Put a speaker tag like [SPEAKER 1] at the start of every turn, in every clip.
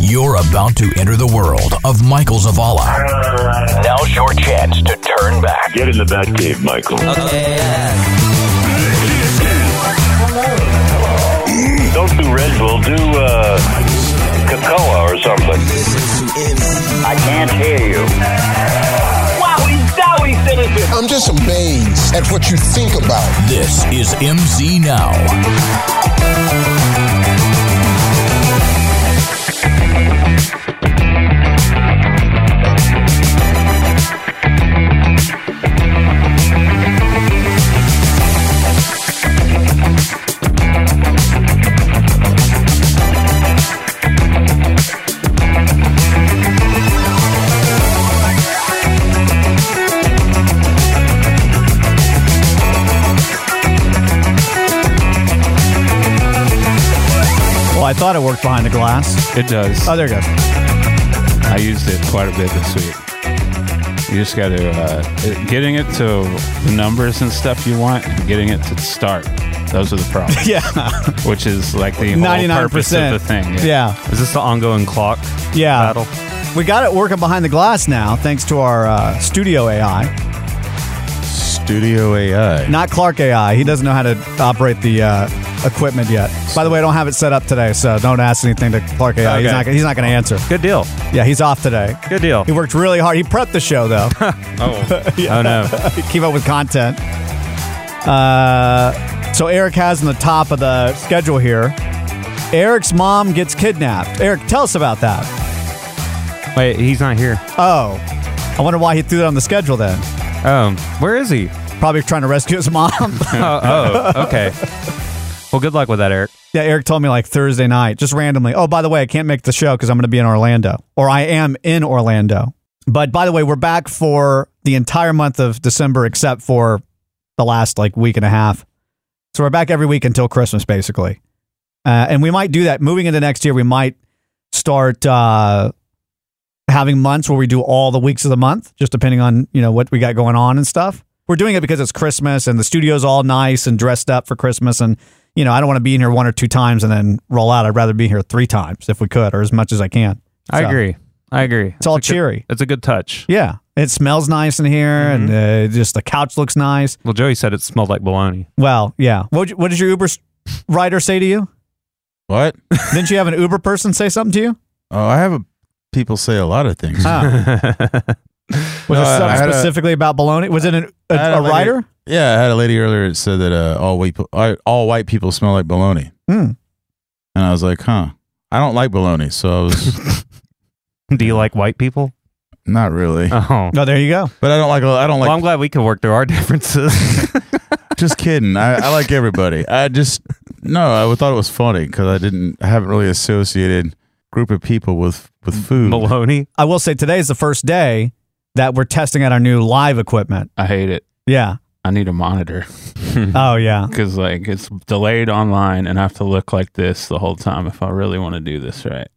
[SPEAKER 1] You're about to enter the world of Michael Zavala. Now's your chance to turn back.
[SPEAKER 2] Get in the Batcave, Michael. Don't do Red Bull. Do uh, Cocoa or something. I can't hear you.
[SPEAKER 3] I'm just amazed at what you think about.
[SPEAKER 1] This is MC Now.
[SPEAKER 4] Well, I thought it worked behind the glass.
[SPEAKER 5] It does.
[SPEAKER 4] Oh, there it goes.
[SPEAKER 5] I used it quite a bit this week. You just got to uh, it- getting it to the numbers and stuff you want, and getting it to start. Those are the problems.
[SPEAKER 4] Yeah.
[SPEAKER 5] which is like the ninety nine
[SPEAKER 4] 99%.
[SPEAKER 5] percent of the thing.
[SPEAKER 4] Yeah.
[SPEAKER 6] Is this the ongoing clock
[SPEAKER 4] Yeah.
[SPEAKER 6] battle?
[SPEAKER 4] We got it working behind the glass now, thanks to our uh, studio AI.
[SPEAKER 6] Studio AI.
[SPEAKER 4] Not Clark AI. He doesn't know how to operate the uh, equipment yet. By the way, I don't have it set up today, so don't ask anything to Clark AI. He's
[SPEAKER 6] Okay.
[SPEAKER 4] not, he's not going to answer.
[SPEAKER 6] Good deal.
[SPEAKER 4] Yeah, he's off today.
[SPEAKER 6] Good deal.
[SPEAKER 4] He worked really hard. He prepped the show, though.
[SPEAKER 5] Oh,
[SPEAKER 6] Oh no.
[SPEAKER 4] keep up with content. Uh, so Eric has in the top of the schedule here. Eric's mom gets kidnapped. Eric, tell us about that.
[SPEAKER 6] Wait, he's not here.
[SPEAKER 4] Oh, I wonder why he threw that on the schedule then.
[SPEAKER 6] Um, where is he?
[SPEAKER 4] Probably trying to rescue his mom.
[SPEAKER 6] Oh, oh, okay. Well, good luck with that, Eric.
[SPEAKER 4] yeah, Eric told me like Thursday night, just randomly. Oh, by the way, I can't make the show because I'm going to be in Orlando, or I am in Orlando. But by the way, we're back for the entire month of December except for the last like week and a half. So we're back every week until Christmas, basically. Uh, and we might do that. Moving into next year, we might start uh, having months where we do all the weeks of the month, just depending on you know what we got going on and stuff. We're doing it because it's Christmas and the studio's all nice and dressed up for Christmas. And you know, I don't want to be in here one or two times and then roll out. I'd rather be here three times if we could, or as much as I can.
[SPEAKER 6] I
[SPEAKER 4] So,
[SPEAKER 6] agree. I agree.
[SPEAKER 4] It's all
[SPEAKER 6] a good-
[SPEAKER 4] cheery.
[SPEAKER 6] it's a good touch.
[SPEAKER 4] Yeah, it smells nice in here,
[SPEAKER 7] Mm-hmm.
[SPEAKER 4] and uh, just the couch looks nice.
[SPEAKER 6] Well, Joey said it smelled like bologna.
[SPEAKER 4] Well, yeah. What what did your Uber s- rider say to you?
[SPEAKER 7] What?
[SPEAKER 4] Didn't you have an Uber person say something to you?
[SPEAKER 7] Oh, I have a, people say a lot of things.
[SPEAKER 4] Ah, was
[SPEAKER 7] No,
[SPEAKER 4] it
[SPEAKER 7] I- I
[SPEAKER 4] something
[SPEAKER 7] had a-
[SPEAKER 4] specifically about baloney? Was it an, a,
[SPEAKER 7] I had
[SPEAKER 4] a
[SPEAKER 7] lady-
[SPEAKER 4] rider?
[SPEAKER 7] Yeah, I had a lady earlier that said that uh, all white pe- all- all white people smell like bologna,
[SPEAKER 4] Hmm.
[SPEAKER 7] and I was like, huh. I don't like bologna, so I was
[SPEAKER 6] Do you like white people?
[SPEAKER 7] not really.
[SPEAKER 5] Uh-huh.
[SPEAKER 6] Oh.
[SPEAKER 4] No, there you go.
[SPEAKER 7] But I don't like. I don't like.
[SPEAKER 6] well, I'm glad we could work through our differences.
[SPEAKER 7] just kidding. I, I like everybody. I just no. I thought it was funny because I didn't. I haven't really associated group of people with with food.
[SPEAKER 6] bologna.
[SPEAKER 4] I will say today is the first day that we're testing out our new live equipment.
[SPEAKER 5] I hate it.
[SPEAKER 4] Yeah.
[SPEAKER 5] I need a monitor
[SPEAKER 7] Mm-hmm.
[SPEAKER 4] Oh yeah.
[SPEAKER 5] because like it's delayed online, and I have to look like this the whole time if I really want to do this right.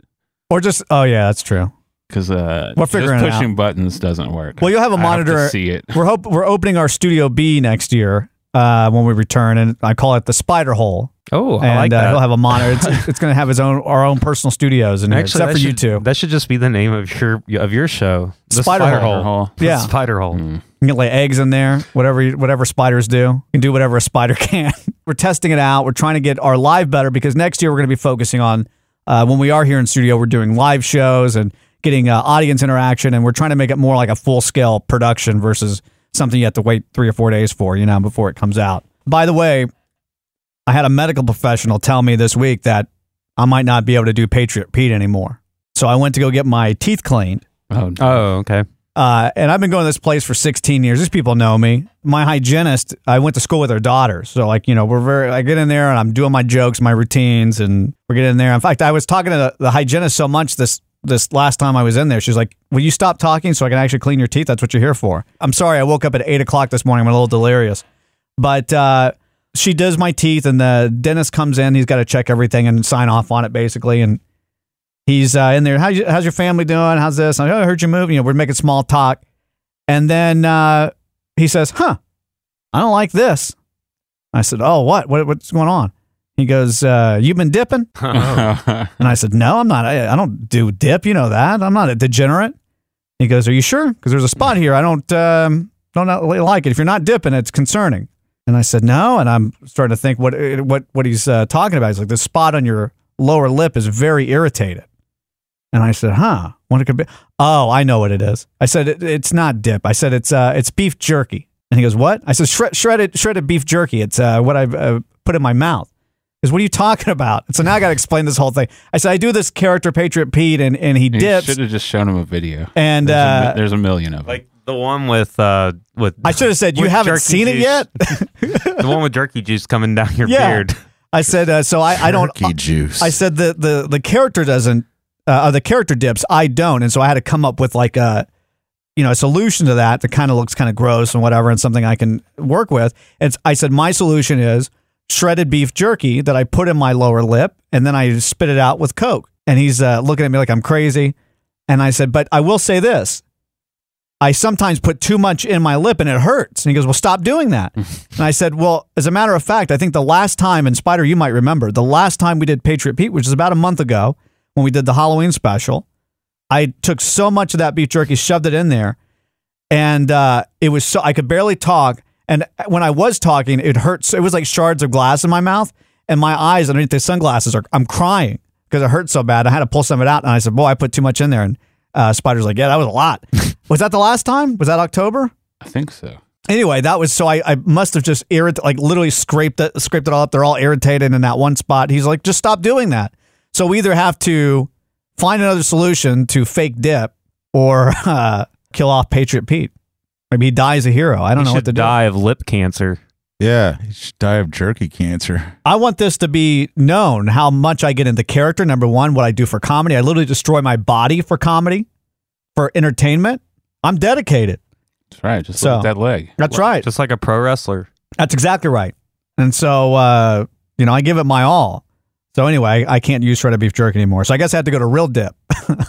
[SPEAKER 4] Or just oh yeah, that's true.
[SPEAKER 5] Because uh,
[SPEAKER 4] We're
[SPEAKER 5] just
[SPEAKER 4] figuring it out.
[SPEAKER 5] pushing buttons doesn't work.
[SPEAKER 4] Well, you'll have a
[SPEAKER 5] I
[SPEAKER 4] monitor.
[SPEAKER 5] to see it.
[SPEAKER 4] We're hope we're opening our Studio B next year uh, when we return, and I call it the Spider Hole.
[SPEAKER 6] Oh, I
[SPEAKER 4] and
[SPEAKER 6] like
[SPEAKER 4] Uh,
[SPEAKER 6] that.
[SPEAKER 4] he'll have a monitor. It's, it's going to have his own our own personal studios, and
[SPEAKER 6] Actually,
[SPEAKER 4] except
[SPEAKER 6] that
[SPEAKER 4] for you
[SPEAKER 6] should-
[SPEAKER 4] two,
[SPEAKER 6] That should just be the name of your of your show. The
[SPEAKER 4] Spider
[SPEAKER 5] Hole.
[SPEAKER 6] The
[SPEAKER 4] Yeah.
[SPEAKER 6] Spider hole.
[SPEAKER 5] Mm.
[SPEAKER 4] You can lay eggs in there, whatever you- whatever spiders do. You can do whatever a spider can. we're testing it out. We're trying to get our live better because next year we're going to be focusing on uh, when we are here in studio, we're doing live shows and getting uh, audience interaction, and we're trying to make it more like a full scale production versus something you have to wait three or four days for, you know, before it comes out. By the way, I had a medical professional tell me this week that I might not be able to do Patriot Pete anymore. So I went to go get my teeth cleaned.
[SPEAKER 5] Oh, no.
[SPEAKER 6] Oh, okay.
[SPEAKER 4] Uh, and I've been going to this place for 16 years. These people know me. My hygienist, I went to school with her daughter. So, like, you know, we're very, I get in there and I'm doing my jokes, my routines, and we're getting in there. In fact, I was talking to the, the hygienist so much this this last time I was in there. She's like, Will you stop talking so I can actually clean your teeth? That's what you're here for. I'm sorry. I woke up at eight o'clock this morning. I'm a little delirious. But uh, she does my teeth, and the dentist comes in. He's got to check everything and sign off on it, basically. And he's uh, in there. How's, you, how's your family doing? How's this? I'm like, oh, I heard you move. You know, we're making small talk. And then uh, he says, huh, I don't like this. I said, oh, what? what? What's going on? He goes, uh, "You've been dipping?"
[SPEAKER 5] Oh.
[SPEAKER 6] Oh.
[SPEAKER 4] And I said, "No, I'm not. I, I don't do dip. You know that. I'm not a degenerate." He goes, "Are you sure? Because there's a spot here. I don't um, don't not li- like it. If you're not dipping, it's concerning." And I said, "No." And I'm starting to think what what what he's uh, talking about. He's like, "The spot on your lower lip is very irritated." And I said, "Huh? What it could be? Oh, I know what it is." I said, it, "It's not dip." I said, "It's uh, it's beef jerky." And he goes, "What?" I said, Shred, "Shredded shredded beef jerky. It's uh, what I've uh, put in my mouth." Is what are you talking about? And so now I got to explain this whole thing. I said I do this character, Patriot Pete, and, and he
[SPEAKER 5] You
[SPEAKER 4] dips.
[SPEAKER 5] should have just shown him a video.
[SPEAKER 4] And,
[SPEAKER 5] there's, a,
[SPEAKER 4] uh,
[SPEAKER 5] mi- there's a million of them.
[SPEAKER 6] Like the one with uh with
[SPEAKER 4] I should have said, "You
[SPEAKER 6] with
[SPEAKER 4] haven't
[SPEAKER 6] jerky
[SPEAKER 4] seen it
[SPEAKER 6] juice.
[SPEAKER 4] yet."
[SPEAKER 6] the one with jerky juice coming down your
[SPEAKER 4] Yeah.
[SPEAKER 6] beard.
[SPEAKER 4] I said, uh, "So I, I don't."
[SPEAKER 7] Turkey juice.
[SPEAKER 4] I said the the the character doesn't, uh, or the character dips. I don't, and so I had to come up with like a, you know, a solution to that that kind of looks kind of gross and whatever, and something I can work with. And I said my solution is shredded beef jerky that I put in my lower lip, and then I spit it out with Coke. And he's uh, looking at me like I'm crazy, and I said, "But I will say this." I sometimes put too much in my lip and it hurts. And he goes, Well, stop doing that. and I said, Well, as a matter of fact, I think the last time, and Spider, you might remember, the last time we did Patriot Pete, which is about a month ago when we did the Halloween special, I took so much of that beef jerky, shoved it in there, and uh, it was so I could barely talk. And when I was talking, it hurt. So it was like shards of glass in my mouth, and my eyes underneath the sunglasses are. I'm crying because it hurt so bad. I had to pull some of it out, and I said, "Boy, I put too much in there." And uh, Spider's like, "Yeah, that was a lot." was that the last time? Was that October?
[SPEAKER 5] I think so.
[SPEAKER 4] Anyway, that was so I, I must have just irrit like literally scraped it scraped it all up. They're all irritated in that one spot. He's like, just stop doing that. So we either have to find another solution to fake dip or uh, kill off Patriot Pete. Maybe he dies a hero. I don't
[SPEAKER 6] You
[SPEAKER 4] know what
[SPEAKER 6] should
[SPEAKER 4] to
[SPEAKER 6] die of lip cancer.
[SPEAKER 7] yeah, you should die of jerky cancer.
[SPEAKER 4] do. I want this to be known how much I get into character. Number one, what I do for comedy. I literally destroy my body for comedy, for entertainment. I'm dedicated.
[SPEAKER 5] That's right. Just look
[SPEAKER 4] So-
[SPEAKER 5] at that leg.
[SPEAKER 4] That's right.
[SPEAKER 6] Just like a pro wrestler.
[SPEAKER 4] That's exactly right. And so, uh, you know, I give it my all. So anyway, I can't use shredded beef jerky anymore. So I guess I had to go to real dip.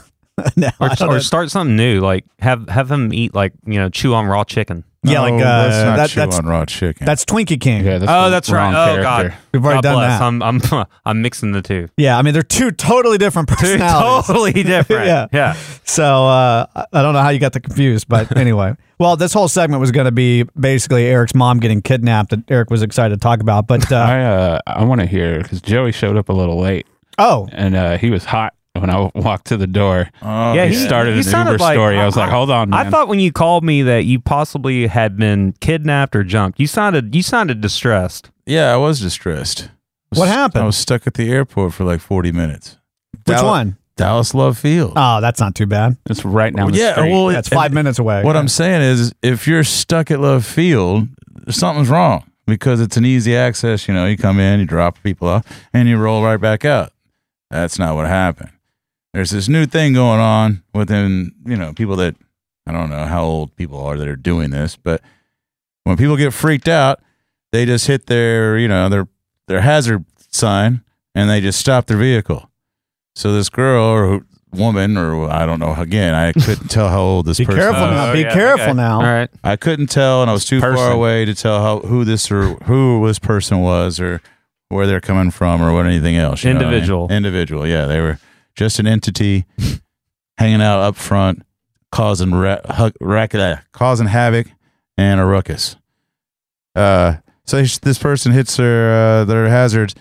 [SPEAKER 4] no,
[SPEAKER 6] Or,
[SPEAKER 4] Oh, I don't know.
[SPEAKER 6] or start something new. Like have have him eat like, you know, chew on raw chicken.
[SPEAKER 4] yeah, like uh,
[SPEAKER 7] Oh, let's not
[SPEAKER 4] that,
[SPEAKER 7] chew
[SPEAKER 4] that's
[SPEAKER 7] on raw chicken.
[SPEAKER 4] that's Twinkie King.
[SPEAKER 5] Yeah, that's
[SPEAKER 6] oh,
[SPEAKER 5] the
[SPEAKER 6] that's right.
[SPEAKER 5] wrong
[SPEAKER 6] Oh
[SPEAKER 5] character.
[SPEAKER 6] god.
[SPEAKER 4] We've already
[SPEAKER 6] God
[SPEAKER 4] done
[SPEAKER 6] bless.
[SPEAKER 4] that.
[SPEAKER 6] I'm I'm I'm mixing the two.
[SPEAKER 4] Yeah, I mean they're two totally different
[SPEAKER 6] Two
[SPEAKER 4] personalities.
[SPEAKER 6] totally different.
[SPEAKER 4] Yeah.
[SPEAKER 6] yeah.
[SPEAKER 4] So uh, I- I don't know how you got the confused, but anyway. well, this whole segment was going to be basically Eric's mom getting kidnapped that Eric was excited to talk about, but uh,
[SPEAKER 5] I uh, I want to hear because Joey showed up a little late
[SPEAKER 4] oh,
[SPEAKER 5] and uh, he was hot when I walked to the door.
[SPEAKER 7] Oh,
[SPEAKER 6] Yeah,
[SPEAKER 5] he,
[SPEAKER 6] he-
[SPEAKER 5] started
[SPEAKER 6] he
[SPEAKER 5] an
[SPEAKER 6] sounded
[SPEAKER 5] Uber
[SPEAKER 6] like-
[SPEAKER 5] story. I was like, hold on, man.
[SPEAKER 6] I thought when you called me that you possibly had been kidnapped or jumped. You sounded you sounded distressed.
[SPEAKER 7] yeah, I was distressed. I was-
[SPEAKER 4] What happened?
[SPEAKER 7] I was stuck at the airport for like 40 minutes.
[SPEAKER 4] which
[SPEAKER 7] Dallas-
[SPEAKER 4] one?
[SPEAKER 7] Dallas Love Field.
[SPEAKER 4] Oh, that's not too bad.
[SPEAKER 5] it's right now.
[SPEAKER 7] yeah, well,
[SPEAKER 4] That's
[SPEAKER 7] and-
[SPEAKER 4] five minutes away.
[SPEAKER 7] What I'm saying is, if you're stuck at Love Field, something's wrong because it's an easy access. You know, you come in, you drop people off, and you roll right back out. That's not what happened. There's this new thing going on within, you know, people that I don't know how old people are that are doing this, but when people get freaked out, they just hit their, you know, their their hazard sign and they just stop their vehicle. So this girl or woman or I don't know again, I couldn't tell how old this
[SPEAKER 4] Be
[SPEAKER 7] person
[SPEAKER 4] careful
[SPEAKER 7] was.
[SPEAKER 4] now. be careful now.
[SPEAKER 6] All right.
[SPEAKER 7] I couldn't tell, and I was too
[SPEAKER 5] Person.
[SPEAKER 7] far away to tell how who this or who this person was, or where they're coming from, or what anything else. you know what I mean?
[SPEAKER 6] Individual.
[SPEAKER 7] individual. Yeah, they were just an entity hanging out up front, causing ra- hu- racket, uh, causing havoc and a ruckus. Uh, so sh- this person hits their uh, their hazards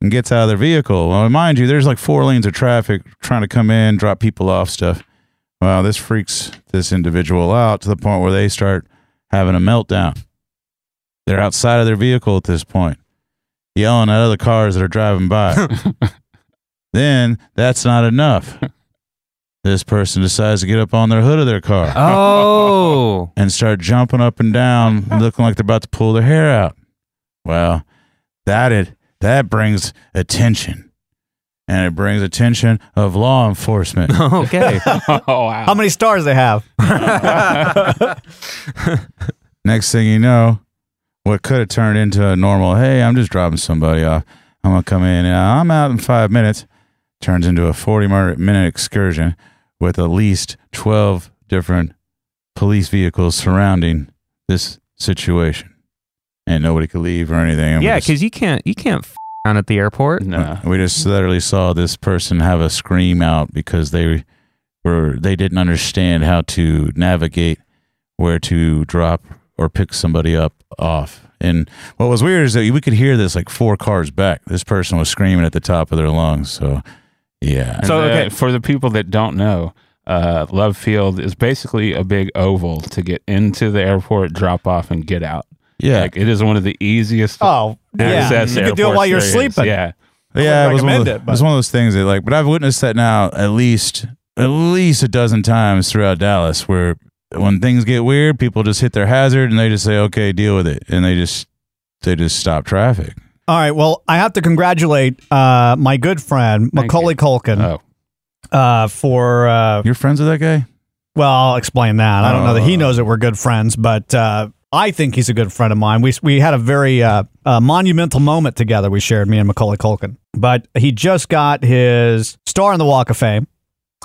[SPEAKER 7] and gets out of their vehicle. Well, mind you, there's like four lanes of traffic trying to come in, drop people off, stuff. Wow, this freaks this individual out to the point where they start having a meltdown. They're outside of their vehicle at this point, yelling at other cars that are driving by. then that's not enough. This person decides to get up on their hood of their car
[SPEAKER 6] Oh.
[SPEAKER 7] and start jumping up and down, looking like they're about to pull their hair out. Well, that it that brings attention, and it brings attention of law enforcement.
[SPEAKER 6] okay.
[SPEAKER 5] oh
[SPEAKER 4] How
[SPEAKER 5] wow.
[SPEAKER 4] many stars they have?
[SPEAKER 7] Next thing you know, what could have turned into a normal, hey, I'm just dropping somebody off. I'm going to come in and I'm out in five minutes, turns into a 40 mer- minute excursion with at least 12 different police vehicles surrounding this situation. And nobody could leave or anything. And we
[SPEAKER 6] yeah,
[SPEAKER 7] just-
[SPEAKER 6] because you can't you can't f- down at the airport?
[SPEAKER 5] No.
[SPEAKER 7] We just literally saw this person have a scream out because they were they didn't understand how to navigate where to drop or pick somebody up off. And what was weird is that we could hear this like four cars back. This person was screaming at the top of their lungs. So yeah.
[SPEAKER 5] so
[SPEAKER 6] So, okay.
[SPEAKER 5] for the people that don't know, uh, Love Field is basically a big oval to get into the airport, drop off, and get out.
[SPEAKER 7] Yeah.
[SPEAKER 5] Like, it is one of the easiest
[SPEAKER 4] Oh, yeah.
[SPEAKER 5] access
[SPEAKER 4] You could do it
[SPEAKER 5] airports
[SPEAKER 4] while you're
[SPEAKER 5] there is.
[SPEAKER 4] sleeping.
[SPEAKER 5] Yeah.
[SPEAKER 7] yeah, it was, one of
[SPEAKER 4] recommend
[SPEAKER 7] the,
[SPEAKER 4] it,
[SPEAKER 7] it was
[SPEAKER 4] but-
[SPEAKER 7] one of those things that like, but I've witnessed that now at least at least a dozen times throughout Dallas, where when things get weird, people just hit their hazard and they just say, "Okay, deal with it," and they just they just stop traffic.
[SPEAKER 4] All right. Well, I have to congratulate uh, my good friend Macaulay Culkin
[SPEAKER 5] Oh.
[SPEAKER 4] uh, for. Uh,
[SPEAKER 7] You're friends with that guy?
[SPEAKER 4] well, I'll explain that. I don't know that he
[SPEAKER 5] Oh.
[SPEAKER 7] Uh.
[SPEAKER 4] knows that we're good friends, but uh, I think he's a good friend of mine. We we had a very uh, uh, monumental moment together. We shared me and Macaulay Culkin, but he just got his star on the Walk of Fame.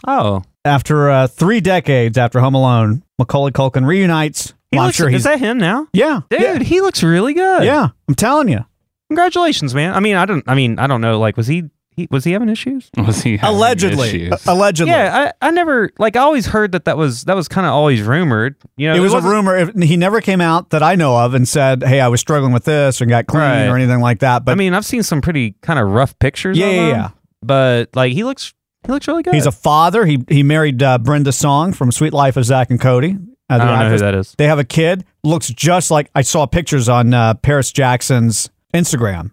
[SPEAKER 6] Oh,
[SPEAKER 4] After uh, three decades after Home Alone, Macaulay Culkin reunites.
[SPEAKER 6] he
[SPEAKER 4] Well, I'm
[SPEAKER 6] looks,
[SPEAKER 4] sure
[SPEAKER 6] is
[SPEAKER 4] he's
[SPEAKER 6] that him now?
[SPEAKER 4] yeah,
[SPEAKER 6] Dude,
[SPEAKER 4] yeah,
[SPEAKER 6] he looks really good.
[SPEAKER 4] yeah. I'm telling you.
[SPEAKER 6] Congratulations, man. I mean, I don't. I mean, I don't know. Like, was he? he was he having issues?
[SPEAKER 5] Was he having
[SPEAKER 4] Allegedly,
[SPEAKER 5] issues?
[SPEAKER 4] allegedly.
[SPEAKER 6] Yeah, I, I never like. I always heard that that was that was kind of always rumored. You know,
[SPEAKER 4] it was a
[SPEAKER 6] wasn't-
[SPEAKER 4] rumor. If- He never came out that I know of and said, "Hey, I was struggling with this and got clean
[SPEAKER 6] Right.
[SPEAKER 4] or anything like that." But
[SPEAKER 6] I mean, I've seen some pretty kind of rough pictures.
[SPEAKER 4] Yeah,
[SPEAKER 6] of
[SPEAKER 4] yeah,
[SPEAKER 6] him,
[SPEAKER 4] yeah.
[SPEAKER 6] But like, he looks he looks really good.
[SPEAKER 4] he's a father. He he married uh, Brenda Song from Sweet Life of Zach and Cody. Uh,
[SPEAKER 6] I
[SPEAKER 4] the
[SPEAKER 6] don't know who
[SPEAKER 4] actress.
[SPEAKER 6] that is.
[SPEAKER 4] They have a kid. Looks just like I saw pictures on uh, Paris Jackson's Instagram,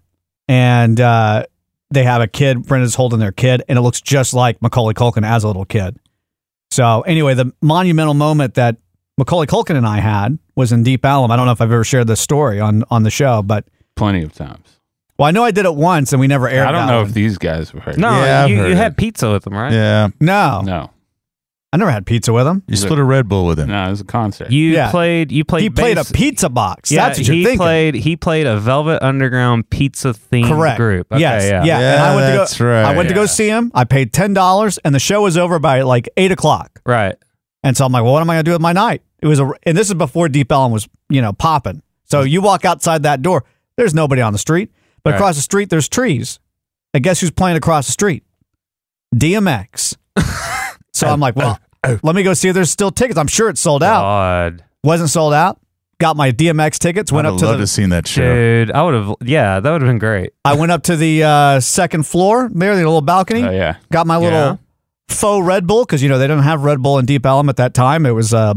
[SPEAKER 4] and uh, they have a kid. Brenda's holding their kid, and it looks just like Macaulay Culkin as a little kid. So anyway, the monumental moment that Macaulay Culkin and I had was in Deep Ellum. I don't know if I've ever shared this story on on the show, but
[SPEAKER 5] Plenty of times.
[SPEAKER 4] Well, I know I did it once, and we never aired.
[SPEAKER 5] I don't
[SPEAKER 4] that
[SPEAKER 5] know
[SPEAKER 4] one.
[SPEAKER 5] if these guys were hurt.
[SPEAKER 6] No,
[SPEAKER 7] Yeah, I've
[SPEAKER 6] you,
[SPEAKER 7] heard
[SPEAKER 6] you
[SPEAKER 7] it.
[SPEAKER 6] had pizza with him, right?
[SPEAKER 7] Yeah,
[SPEAKER 4] no,
[SPEAKER 5] No.
[SPEAKER 4] I never had pizza with him.
[SPEAKER 7] you split a Red Bull with him.
[SPEAKER 5] No, it was a concert.
[SPEAKER 6] You
[SPEAKER 4] Yeah.
[SPEAKER 6] played. You played.
[SPEAKER 4] he played
[SPEAKER 6] bass-
[SPEAKER 4] a pizza box.
[SPEAKER 6] Yeah,
[SPEAKER 4] That's what you're
[SPEAKER 6] he
[SPEAKER 4] thinking.
[SPEAKER 6] played. He played a Velvet Underground pizza themed
[SPEAKER 4] Correct.
[SPEAKER 6] group. Okay,
[SPEAKER 4] yes.
[SPEAKER 6] yeah.
[SPEAKER 4] Yeah. and I
[SPEAKER 7] Yeah,
[SPEAKER 4] went to go.
[SPEAKER 7] that's right.
[SPEAKER 4] I went to go
[SPEAKER 5] Yeah.
[SPEAKER 4] see him. I paid ten dollars, and the show was over by like eight o'clock.
[SPEAKER 6] Right.
[SPEAKER 4] And so I'm like, well, what am I going to do with my night? It was a, and this is before Deep Ellum was, you know, popping. So you walk outside that door, there's nobody on the street, but
[SPEAKER 6] Mm-hmm. Right.
[SPEAKER 4] across the street there's trees. And guess who's playing across the street? DMX. so I'm like, well,
[SPEAKER 6] Oh,
[SPEAKER 4] let me go see if there's still tickets. I'm sure it's sold out.
[SPEAKER 6] God,
[SPEAKER 4] wasn't sold out. Got my DMX tickets. Went
[SPEAKER 7] I'd
[SPEAKER 4] up to
[SPEAKER 7] love
[SPEAKER 4] the.
[SPEAKER 7] to seen that show.
[SPEAKER 6] dude, I would have. Yeah, that would have been great.
[SPEAKER 4] I went up to the uh, second floor there, the little balcony.
[SPEAKER 5] Oh, yeah.
[SPEAKER 4] Got my little
[SPEAKER 6] Yeah.
[SPEAKER 4] faux Red Bull because you know they didn't have Red Bull in Deep Ellum at that time. It was uh,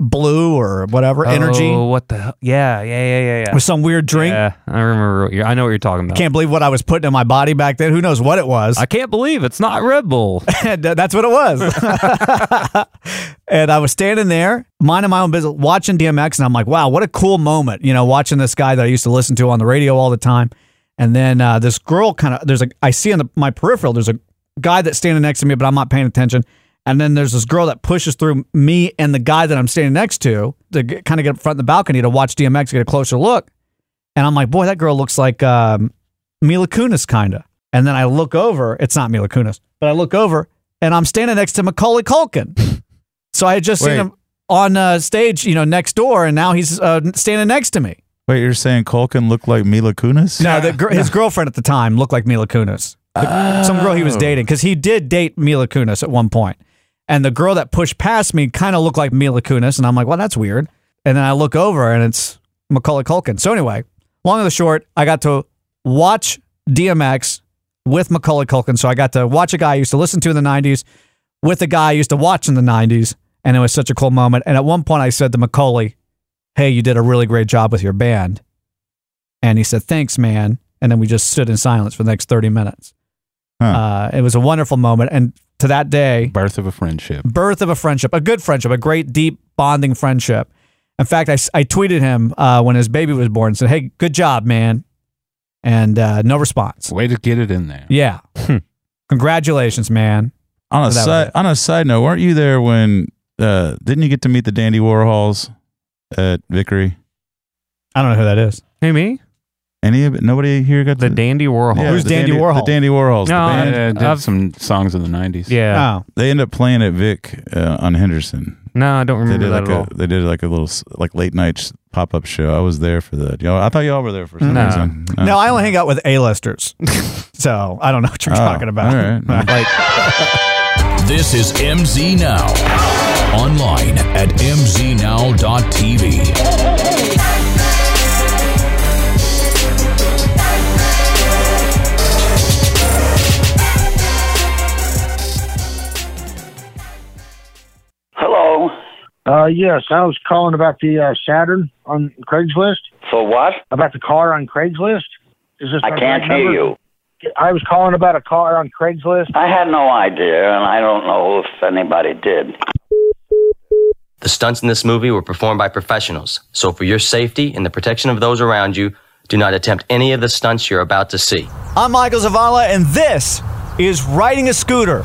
[SPEAKER 4] blue or whatever energy
[SPEAKER 6] Oh, what the? hell? Yeah, yeah, yeah, yeah, yeah.
[SPEAKER 4] with some weird drink.
[SPEAKER 6] Yeah, I remember. What you're, I know what you're talking about.
[SPEAKER 4] Can't believe what I was putting in my body back then. Who knows what it was?
[SPEAKER 6] I can't believe it's not Red Bull.
[SPEAKER 4] and uh, that's what it was. and I was standing there, minding my own business, watching DMX, and I'm like, wow, what a cool moment, you know, watching this guy that I used to listen to on the radio all the time. And then uh, this girl kind of, there's a, I see in the, my peripheral, there's a guy that's standing next to me, but I'm not paying attention. And then there's this girl that pushes through me and the guy that I'm standing next to to kind of get up front in the balcony to watch DMX get a closer look. And I'm like, boy, that girl looks like um, Mila Kunis, kind of. And then I look over, it's not Mila Kunis, but I look over and I'm standing next to Macaulay Culkin. so I had just
[SPEAKER 7] Wait.
[SPEAKER 4] seen him on uh, stage, you know, next door, and now he's uh, standing next to me.
[SPEAKER 7] Wait, you're saying Culkin looked like Mila Kunis?
[SPEAKER 4] No, the gir- his girlfriend at the time looked like Mila Kunis. The- Some girl he was dating, because he did date Mila Kunis at one point. And the girl that pushed past me kind of looked like Mila Kunis. And I'm like, well, that's weird. And then I look over and it's Macaulay Culkin. So, anyway, long of the short, I got to watch DMX with Macaulay Culkin. So, I got to watch a guy I used to listen to in the 90s with a guy I used to watch in the 90s. And it was such a cool moment. And at one point, I said to Macaulay, hey, you did a really great job with your band. And he said, thanks, man. And then we just stood in silence for the next 30 minutes.
[SPEAKER 7] Huh.
[SPEAKER 4] Uh, it was a wonderful moment. And to that day,
[SPEAKER 5] Birth of a friendship.
[SPEAKER 4] birth of a friendship, a good friendship, a great, deep, bonding friendship. In fact, I, s- I tweeted him uh, when his baby was born and said, hey, good job, man. And uh, no response.
[SPEAKER 5] Way to get it in there.
[SPEAKER 4] Yeah.
[SPEAKER 7] Hmm.
[SPEAKER 4] Congratulations, man.
[SPEAKER 7] On a
[SPEAKER 4] So that was
[SPEAKER 7] side,
[SPEAKER 4] it.
[SPEAKER 7] on a side note, weren't you there when? Uh, didn't you get to meet the Dandy Warhols at Vickery?
[SPEAKER 4] I don't know who that is.
[SPEAKER 6] Who me?
[SPEAKER 7] Any of nobody here got
[SPEAKER 6] The
[SPEAKER 7] to-
[SPEAKER 6] Dandy Warhol.
[SPEAKER 7] Yeah,
[SPEAKER 4] Oh, Who's
[SPEAKER 7] the
[SPEAKER 4] Dandy Warhol?
[SPEAKER 7] The Dandy Warhols.
[SPEAKER 6] No,
[SPEAKER 7] the
[SPEAKER 5] I
[SPEAKER 7] band.
[SPEAKER 5] uh, did
[SPEAKER 6] I've-
[SPEAKER 5] some songs in the 90s.
[SPEAKER 6] Yeah.
[SPEAKER 4] Oh.
[SPEAKER 7] They end up playing at Vic uh, on
[SPEAKER 4] Ah.
[SPEAKER 7] Henderson.
[SPEAKER 6] No, I don't
[SPEAKER 7] They
[SPEAKER 6] remember
[SPEAKER 7] did
[SPEAKER 6] that
[SPEAKER 7] like
[SPEAKER 6] at all.
[SPEAKER 7] a they did like a little s- like late night pop up show. I was there for that. You know, I thought y'all were there for some
[SPEAKER 6] No.
[SPEAKER 7] reason.
[SPEAKER 4] No, I only hang out with A-listers. so I don't know what you're
[SPEAKER 7] Oh,
[SPEAKER 4] talking about.
[SPEAKER 7] all right.
[SPEAKER 4] like,
[SPEAKER 1] This is MZ Now. Online at mznow.tv.
[SPEAKER 2] Hello.
[SPEAKER 8] Uh, yes, I was calling about the uh, Saturn on Craigslist.
[SPEAKER 2] For what?
[SPEAKER 8] About the car on Craigslist. Is this?
[SPEAKER 2] I
[SPEAKER 8] my
[SPEAKER 2] can't
[SPEAKER 8] right
[SPEAKER 2] hear
[SPEAKER 8] number?
[SPEAKER 2] you.
[SPEAKER 8] I was calling about a car on Craigslist.
[SPEAKER 2] I had no idea, and I don't know if anybody did.
[SPEAKER 9] The stunts in this movie were performed by professionals, so for your safety and the protection of those around you, do not attempt any of the stunts you're about to see.
[SPEAKER 4] I'm Michael Zavala, and this is Riding a Scooter.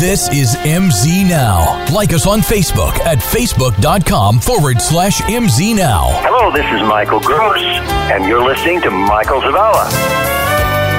[SPEAKER 1] This is MZ Now. Like us on Facebook at facebook.com forward slash MZ Now.
[SPEAKER 2] Hello, this is Michael Gross, and you're listening to Michael Zavala.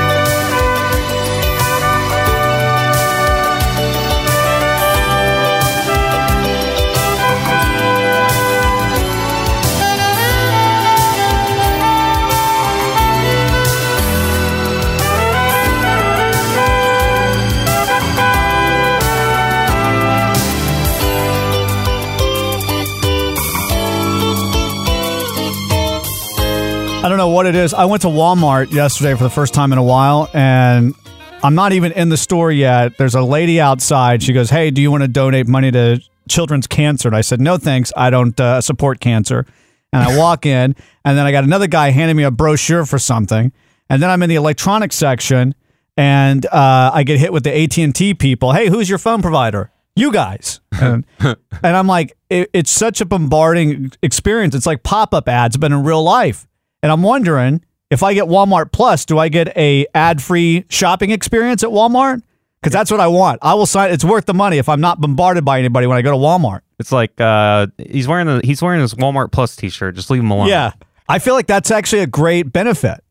[SPEAKER 4] I don't know what it is. I went to Walmart yesterday for the first time in a while, and I'm not even in the store yet. There's a lady outside. She goes, "Hey, do you want to donate money to children's cancer?" And I said, "No, thanks. I don't uh, support cancer." And I walk in, and then I got another guy handing me a brochure for something, and then I'm in the electronics section, and uh, I get hit with the AT and T people. Hey, who's your phone provider? You guys. And, and I'm like, it, it's such a bombarding experience. It's like pop up ads, but in real life. And I'm wondering if I get Walmart Plus, do I get a ad free shopping experience at Walmart? Because that's what I want. I will sign. It's worth the money if I'm not bombarded by anybody when I go to Walmart.
[SPEAKER 6] It's like uh, he's wearing the he's wearing his Walmart Plus T-shirt. Just leave him alone.
[SPEAKER 4] Yeah, I feel like that's actually a great benefit.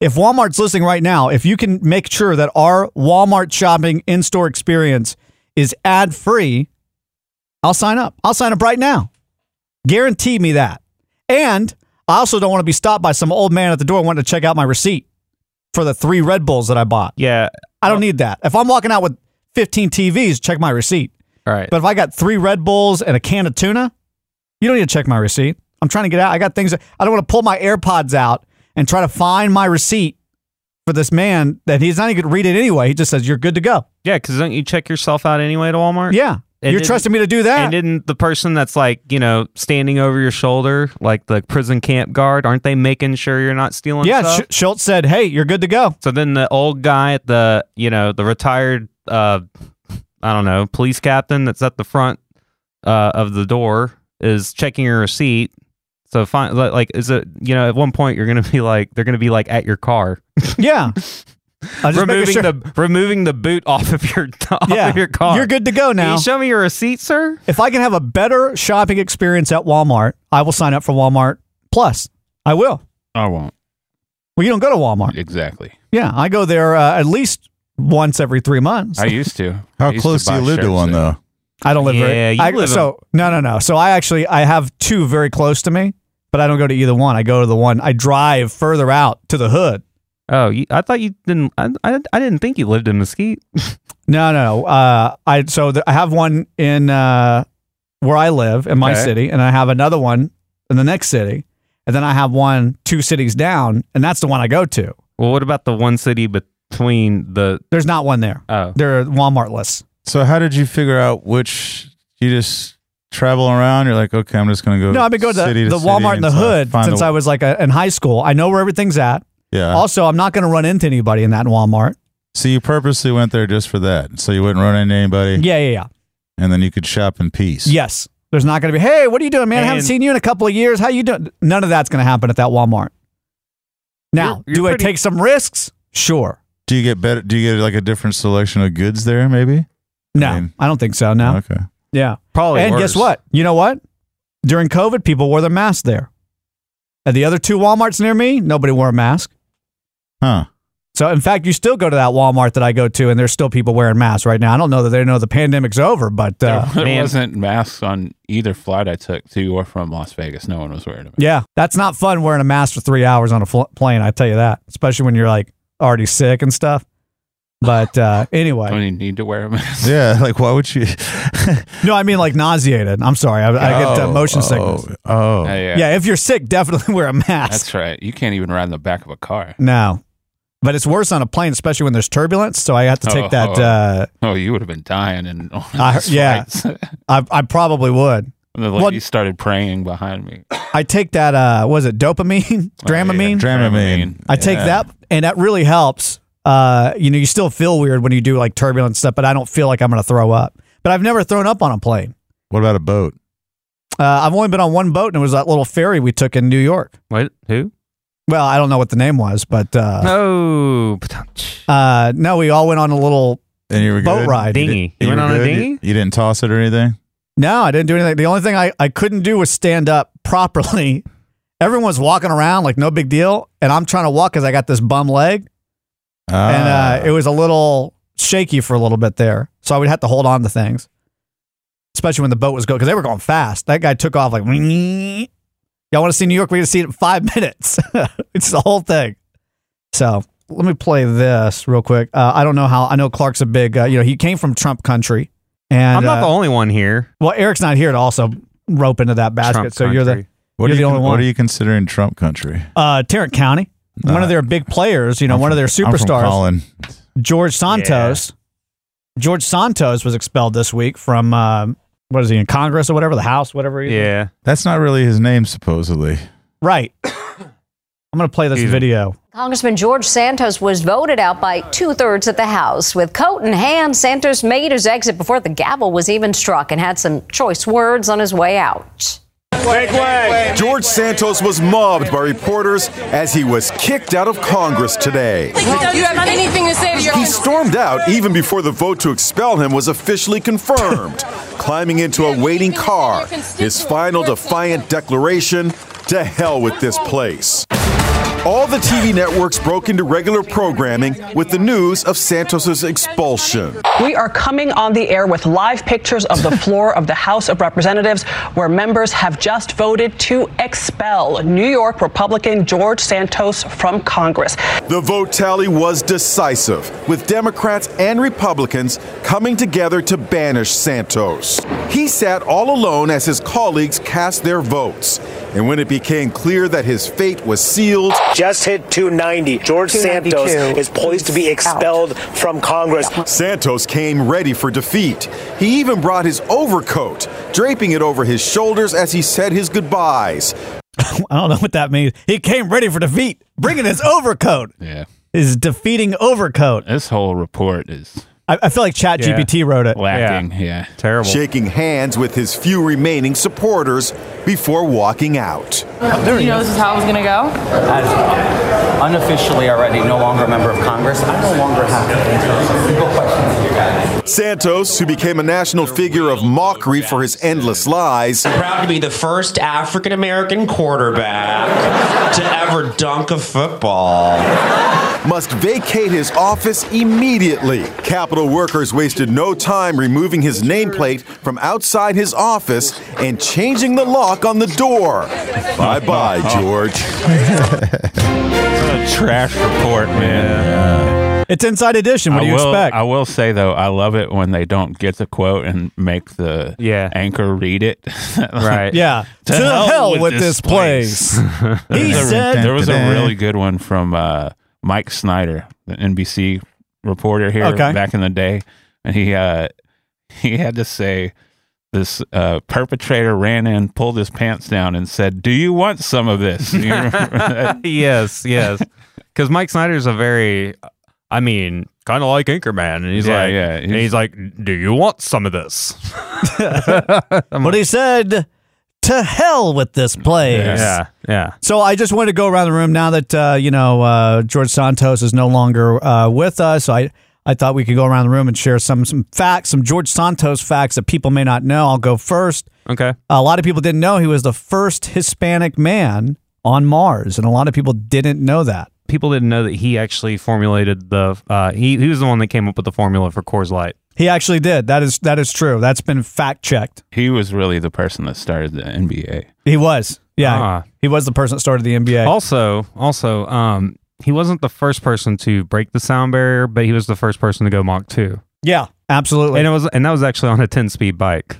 [SPEAKER 4] If Walmart's listening right now, if you can make sure that our Walmart shopping in store experience is ad free, I'll sign up. I'll sign up right now. Guarantee me that. And I also don't want to be stopped by some old man at the door wanting to check out my receipt for the three Red Bulls that I bought.
[SPEAKER 6] yeah.
[SPEAKER 4] I don't need that. If I'm walking out with 15 TVs, check my receipt.
[SPEAKER 6] All right.
[SPEAKER 4] But if I got three Red Bulls and a can of tuna, you don't need to check my receipt. I'm trying to get out. I got things. I don't want to pull my AirPods out and try to find my receipt for this man that he's not even going to read it anyway. He just says, You're good to go.
[SPEAKER 6] yeah, because don't you check yourself out anyway at Walmart?
[SPEAKER 4] Yeah.
[SPEAKER 6] And
[SPEAKER 4] You're
[SPEAKER 6] it-
[SPEAKER 4] trusting me to do that?
[SPEAKER 6] And didn't the person that's like you know standing over your shoulder, like the prison camp guard, aren't they making sure you're not stealing?
[SPEAKER 4] yeah.
[SPEAKER 6] stuff?
[SPEAKER 4] Sh- Schultz said, Hey, you're good to go.
[SPEAKER 6] So then the old guy at the, you know, the retired, uh, I don't know, police captain that's at the front uh, of the door is checking your receipt. So fine, li- like, is it you know at one point you're gonna be like they're gonna be like at your car,
[SPEAKER 4] Yeah. I'm just making
[SPEAKER 6] removing
[SPEAKER 4] sure-
[SPEAKER 6] the removing the boot off of your off
[SPEAKER 4] yeah,
[SPEAKER 6] of your car.
[SPEAKER 4] You're good to go
[SPEAKER 6] Can
[SPEAKER 4] now.
[SPEAKER 6] you show me your receipt, sir?
[SPEAKER 4] If I can have a better shopping experience at Walmart, I will sign up for Walmart Plus. I will.
[SPEAKER 5] I won't.
[SPEAKER 4] Well, you don't go to Walmart.
[SPEAKER 5] Exactly.
[SPEAKER 4] Yeah, I go there uh, at least once every three months.
[SPEAKER 5] I used to. I
[SPEAKER 7] How
[SPEAKER 5] used
[SPEAKER 7] close do
[SPEAKER 5] buy
[SPEAKER 7] you live to
[SPEAKER 5] shirts
[SPEAKER 7] one
[SPEAKER 5] there.
[SPEAKER 7] though?
[SPEAKER 4] I don't live
[SPEAKER 6] Yeah,
[SPEAKER 4] very.
[SPEAKER 6] you
[SPEAKER 4] I,
[SPEAKER 6] live in-
[SPEAKER 4] so no, no, no. So I actually I have two very close to me, but I don't go to either one. I go to the one I drive further out to the hood.
[SPEAKER 6] Oh, you, I thought you didn't. I, I, I didn't think you lived in Mesquite.
[SPEAKER 4] No, no. no. Uh, I so th- I have one in uh, where I live in my
[SPEAKER 5] Okay.
[SPEAKER 4] city, and I have another one in the next city, and then I have one two cities down, and that's the one I go to.
[SPEAKER 6] Well, what about the one city between the?
[SPEAKER 4] There's not one there.
[SPEAKER 6] Oh,
[SPEAKER 4] They're Walmartless.
[SPEAKER 7] So how did you figure out which you just travel around? You're like, okay, I'm just gonna go.
[SPEAKER 4] No, I've been going to
[SPEAKER 7] city
[SPEAKER 4] the, the
[SPEAKER 7] city
[SPEAKER 4] Walmart in the
[SPEAKER 7] until I
[SPEAKER 4] hood
[SPEAKER 7] find Uh.
[SPEAKER 4] since
[SPEAKER 7] the-
[SPEAKER 4] I was like a, in high school. I know where everything's at.
[SPEAKER 7] yeah.
[SPEAKER 4] Also, I'm not going to run into anybody in that Walmart.
[SPEAKER 7] so you purposely went there just for that, so you wouldn't run into anybody,
[SPEAKER 4] Yeah, yeah, yeah.
[SPEAKER 7] and then you could shop in peace.
[SPEAKER 4] Yes. There's not going to be, hey, what are you doing, man? I haven't
[SPEAKER 6] And-
[SPEAKER 4] seen you in a couple of years. How you doing? None of that's going to happen at that Walmart. Now,
[SPEAKER 6] You're- you're
[SPEAKER 4] do
[SPEAKER 6] pretty-
[SPEAKER 4] I take some risks? Sure.
[SPEAKER 7] Do you get better? Do you get like a different selection of goods there? Maybe.
[SPEAKER 4] No, I,
[SPEAKER 7] mean-
[SPEAKER 4] don't think so. No.
[SPEAKER 7] Okay.
[SPEAKER 4] Yeah.
[SPEAKER 6] Probably.
[SPEAKER 4] and
[SPEAKER 6] worse.
[SPEAKER 4] guess what? You know what? During COVID, people wore their masks there. At the other two Walmarts near me, nobody wore a mask.
[SPEAKER 7] Huh.
[SPEAKER 4] So, in fact, you still go to that Walmart that I go to, and there's still people wearing masks right now. I don't know that they know the pandemic's over, but uh,
[SPEAKER 5] there
[SPEAKER 6] man.
[SPEAKER 5] wasn't masks on either flight I took to or from Las Vegas. No one was wearing them.
[SPEAKER 4] yeah, that's not fun wearing a mask for three hours on a fl- plane. I tell you that, especially when you're like already sick and stuff. But uh, anyway,
[SPEAKER 5] Don't you need to wear a mask?
[SPEAKER 7] Yeah. Like, why would you?
[SPEAKER 4] no, I mean like nauseated. I'm sorry, I, I get uh,
[SPEAKER 7] Oh,
[SPEAKER 4] motion
[SPEAKER 7] oh,
[SPEAKER 4] sickness.
[SPEAKER 7] Oh.
[SPEAKER 5] Yeah, yeah.
[SPEAKER 4] Yeah. if you're sick, definitely wear a mask.
[SPEAKER 5] That's right. You can't even ride in the back of a car.
[SPEAKER 4] No. But it's worse on a plane, especially when there's turbulence. So I have to take
[SPEAKER 5] Oh.
[SPEAKER 4] that. Uh,
[SPEAKER 5] Oh, you would have been dying. And
[SPEAKER 4] I- yeah. I, I probably would.
[SPEAKER 5] the lady
[SPEAKER 4] Well-
[SPEAKER 5] started praying behind me. Oh,
[SPEAKER 4] I take that. Uh, was it dopamine, dramamine?
[SPEAKER 7] Dramamine.
[SPEAKER 4] I take
[SPEAKER 7] Yeah.
[SPEAKER 4] that, and that really helps. Uh, you know, you still feel weird when you do like turbulent stuff, but I don't feel like I'm going to throw up. But I've never thrown up on a plane.
[SPEAKER 7] What about a boat?
[SPEAKER 4] Uh, I've only been on one boat, and it was that little ferry we took in New York.
[SPEAKER 6] What? Who?
[SPEAKER 4] Well, I don't know what the name was, but uh,
[SPEAKER 6] No.
[SPEAKER 4] uh, no, we all went on a little
[SPEAKER 7] And you were
[SPEAKER 4] boat
[SPEAKER 7] good?
[SPEAKER 4] ride.
[SPEAKER 7] You
[SPEAKER 6] Dinghy. You went
[SPEAKER 7] were
[SPEAKER 6] on a
[SPEAKER 7] good? You-
[SPEAKER 6] dinghy?
[SPEAKER 7] You didn't toss it or anything.
[SPEAKER 4] No, I didn't do anything. The only thing I, I couldn't do was stand up properly. Everyone was walking around like no big deal, and I'm trying to walk because I got this bum leg, and
[SPEAKER 7] Ah.
[SPEAKER 4] uh, it was a little shaky for a little bit there. So I would have to hold on to things, especially when the boat was going because they were going fast. That guy took off like, y'all want to see New York? We're gonna see it in five minutes. it's the whole thing. So let me play this real quick. Uh, I don't know how I know Clark's a big, uh, you know, he came from Trump country, and
[SPEAKER 6] I'm
[SPEAKER 4] uh,
[SPEAKER 6] not the only one here.
[SPEAKER 4] well, Eric's not here to also rope into that basket.
[SPEAKER 6] Trump
[SPEAKER 4] so you're the
[SPEAKER 6] country.
[SPEAKER 7] what
[SPEAKER 4] you're
[SPEAKER 7] are you
[SPEAKER 4] the
[SPEAKER 7] con-
[SPEAKER 4] only
[SPEAKER 7] What
[SPEAKER 4] one.
[SPEAKER 7] are you considering Trump country?
[SPEAKER 4] uh, Tarrant County. one
[SPEAKER 6] Uh,
[SPEAKER 4] of their big players, you know,
[SPEAKER 7] I'm
[SPEAKER 4] one
[SPEAKER 7] from-
[SPEAKER 4] of their
[SPEAKER 7] I'm from
[SPEAKER 4] superstars,
[SPEAKER 7] Colin.
[SPEAKER 4] George Santos. George Santos was expelled this week from um what is he in Congress or whatever, the House, whatever. he-
[SPEAKER 6] Yeah.
[SPEAKER 7] That's not really his name, supposedly.
[SPEAKER 4] right. I'm gonna play this
[SPEAKER 6] He's-
[SPEAKER 4] video.
[SPEAKER 10] Congressman George Santos was voted out by two thirds of the House. With coat in hand, Santos made his exit before the gavel was even struck and had some choice words on his way out.
[SPEAKER 11] George Santos was mobbed by reporters as he was kicked out of Congress today.
[SPEAKER 10] You have anything to say to your
[SPEAKER 11] He stormed out even before the vote to expel him was officially confirmed, climbing into a waiting car, his final defiant declaration to hell with this place. All the TV networks broke into regular programming with the news of Santos's expulsion.
[SPEAKER 10] We are coming on the air with live pictures of the floor of the House of Representatives where members have just voted to expel New York Republican George Santos from Congress.
[SPEAKER 11] The vote tally was decisive, with Democrats and Republicans coming together to banish Santos. He sat all alone as his colleagues cast their votes. And when it became clear that his fate was sealed,
[SPEAKER 10] Just hit 290. George Santos is poised to be expelled from Congress.
[SPEAKER 11] Santos came ready for defeat. He even brought his overcoat, draping it over his shoulders as he said his goodbyes.
[SPEAKER 4] I don't know what that means. He came ready for defeat, bringing his overcoat,
[SPEAKER 5] Yeah.
[SPEAKER 4] his defeating overcoat.
[SPEAKER 5] This whole report is
[SPEAKER 4] I, I feel like Chat GPT wrote it.
[SPEAKER 5] lacking. Yeah.
[SPEAKER 6] Terrible.
[SPEAKER 11] Shaking hands with his few remaining supporters before walking out.
[SPEAKER 10] You know this is how it was going to go?
[SPEAKER 9] Unofficially already no longer a member of Congress, I no longer have legal questions you guys.
[SPEAKER 11] Santos, who became a national figure of mockery for his endless lies,
[SPEAKER 10] Proud to be the first African American quarterback to ever dunk a football.
[SPEAKER 11] must vacate his office immediately. Capitol workers wasted no time removing his nameplate from outside his office and changing the lock on the door. Bye bye, George.
[SPEAKER 5] What a trash report, man.
[SPEAKER 4] It's Inside Edition. What do you
[SPEAKER 5] I will,
[SPEAKER 4] expect?
[SPEAKER 5] I will say though, I love it when they don't get the quote and make the
[SPEAKER 6] Yeah.
[SPEAKER 5] anchor read it.
[SPEAKER 6] Right.
[SPEAKER 4] yeah. To, hell, with, this place. he said
[SPEAKER 5] there was a
[SPEAKER 7] Dun-dun-dun.
[SPEAKER 5] really good one from uh, Mike Snyder, the NBC reporter here
[SPEAKER 4] Okay.
[SPEAKER 5] back in the day, and he uh, he had to say this uh, perpetrator ran in, pulled his pants down, and said, "Do you want some of this?" You remember that?
[SPEAKER 6] yes, yes. Because Mike Snyder's a very, I mean, kind of like Anchorman, and he's
[SPEAKER 5] Yeah,
[SPEAKER 6] like,
[SPEAKER 5] yeah,
[SPEAKER 6] and he's like, do you want some of this?
[SPEAKER 4] but he said, to hell with this place.
[SPEAKER 6] Yeah, yeah.
[SPEAKER 4] So I just wanted to go around the room now that uh, you know uh, George Santos is no longer uh, with us. I I thought we could go around the room and share some some facts, some George Santos facts that people may not know. I'll go first.
[SPEAKER 6] Okay.
[SPEAKER 4] A lot of people didn't know he was the first Hispanic man on Mars, and a lot of people didn't know that.
[SPEAKER 6] People didn't know that he actually formulated the. Uh, he he was the one that came up with the formula for Coors Light.
[SPEAKER 4] He actually did. That is that is true. That's been fact checked.
[SPEAKER 5] He was really the person that started the NBA.
[SPEAKER 4] He was. Yeah.
[SPEAKER 6] Ah. Oh.
[SPEAKER 4] He was the person that started the NBA.
[SPEAKER 6] Also, also, um, he wasn't the first person to break the sound barrier, but he was the first person to go Mach two,
[SPEAKER 4] Yeah, absolutely.
[SPEAKER 6] and it was and that was actually on a ten speed bike.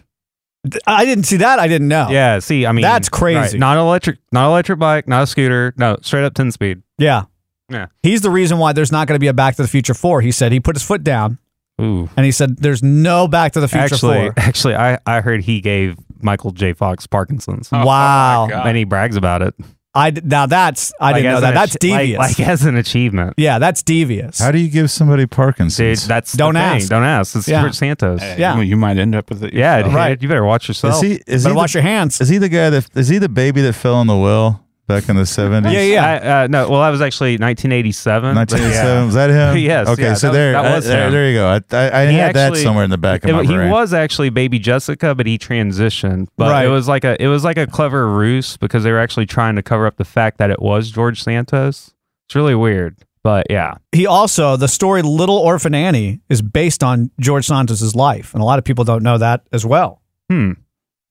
[SPEAKER 4] I didn't see that. I didn't know.
[SPEAKER 6] Yeah, see, I mean,
[SPEAKER 4] That's crazy.
[SPEAKER 6] right, not electric, not electric bike, not a scooter, no, straight up ten speed.
[SPEAKER 4] Yeah.
[SPEAKER 6] Yeah.
[SPEAKER 4] He's the reason why there's not going to be a Back to the Future 4. He said he put his foot down
[SPEAKER 6] Ooh,
[SPEAKER 4] and he said there's no Back to the Future
[SPEAKER 6] actually,
[SPEAKER 4] 4.
[SPEAKER 6] actually, I I heard he gave Michael J. Fox Parkinson's.
[SPEAKER 7] Oh
[SPEAKER 4] Wow.
[SPEAKER 6] and he brags about it.
[SPEAKER 4] Oh, I d- now that's I
[SPEAKER 6] Like,
[SPEAKER 4] didn't know
[SPEAKER 6] as
[SPEAKER 4] that.
[SPEAKER 6] an
[SPEAKER 4] That's
[SPEAKER 6] ach- like-
[SPEAKER 4] devious.
[SPEAKER 6] Like, as an achievement.
[SPEAKER 4] yeah, that's devious.
[SPEAKER 7] How do you give somebody
[SPEAKER 6] Dude,
[SPEAKER 7] Parkinson's?
[SPEAKER 6] that's the
[SPEAKER 4] Don't
[SPEAKER 6] thing.
[SPEAKER 4] ask.
[SPEAKER 6] Don't ask. It's
[SPEAKER 4] Yeah.
[SPEAKER 6] George Santos.
[SPEAKER 4] Yeah.
[SPEAKER 5] You- You might end up with it.
[SPEAKER 6] Yeah, dude,
[SPEAKER 5] yourself.
[SPEAKER 4] Right.
[SPEAKER 6] you better watch yourself.
[SPEAKER 7] is he? Is he,
[SPEAKER 4] Better
[SPEAKER 7] the,
[SPEAKER 4] wash your hands.
[SPEAKER 7] is he the guy that? Is he the baby that fell in the well back in the seventies?
[SPEAKER 4] Yeah, yeah.
[SPEAKER 6] I, uh, no, well, that was actually 1987. but
[SPEAKER 7] Nineteen eighty-seven. Was that him?
[SPEAKER 6] Yes,
[SPEAKER 7] Okay,
[SPEAKER 6] yeah,
[SPEAKER 7] so
[SPEAKER 6] that-
[SPEAKER 7] there,
[SPEAKER 6] that
[SPEAKER 7] I-
[SPEAKER 6] was
[SPEAKER 7] there,
[SPEAKER 6] him.
[SPEAKER 7] there you go. I, I, I
[SPEAKER 6] He
[SPEAKER 7] had that
[SPEAKER 6] actually-
[SPEAKER 7] somewhere in the back of
[SPEAKER 6] it-
[SPEAKER 7] my
[SPEAKER 6] he
[SPEAKER 7] brain.
[SPEAKER 6] was actually baby Jessica, but he transitioned. But
[SPEAKER 4] Right.
[SPEAKER 6] it was like a it was like a clever ruse because they were actually trying to cover up the fact that it was George Santos. It's really weird, but yeah,
[SPEAKER 4] He also the story Little Orphan Annie is based on George Santos's life, and a lot of people don't know that as well.
[SPEAKER 6] hmm,